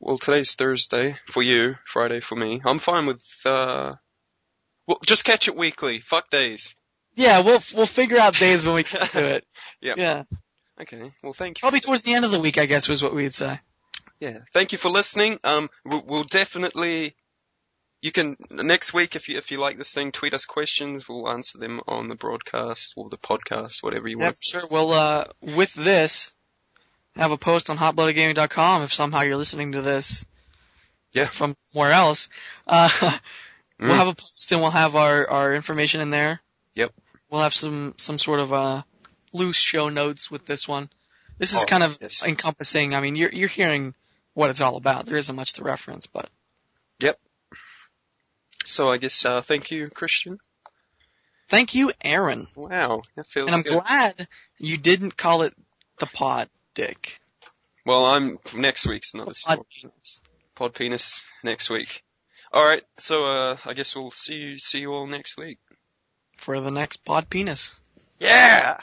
Well, today's Thursday for you, Friday for me. I'm fine with. uh Well, just catch it weekly. Fuck days.
yeah, we'll we'll figure out days when we can do it.
Yeah.
Yeah,
Okay. Well, thank you.
probably towards the end of the week, I guess, was what we'd say.
Yeah. Thank you for listening. Um, we'll, we'll definitely. You can next week if you if you like this thing, tweet us questions. We'll answer them on the broadcast or the podcast, whatever you
Yeah,
want.
for sure. Well, uh, with this, have a post on hotbloodedgaming.com if somehow you're listening to this.
Yeah.
From somewhere else. Uh, we'll
Mm.
have a post and we'll have our, our information in there.
Yep.
We'll have some, some sort of, uh, loose show notes with this one. This is
Oh,
kind of
yes.
encompassing. I mean, you're, you're hearing what it's all about. There isn't much to reference, but
So I guess uh, thank you, Christian.
thank you, Aaron.
Wow, that feels.
And I'm
good.
glad you didn't call it the pod dick.
Well, I'm next week's another
Pod
story. Pod penis next week. All right, so uh, I guess we'll see you see you all next week.
for the next pod penis.
Yeah.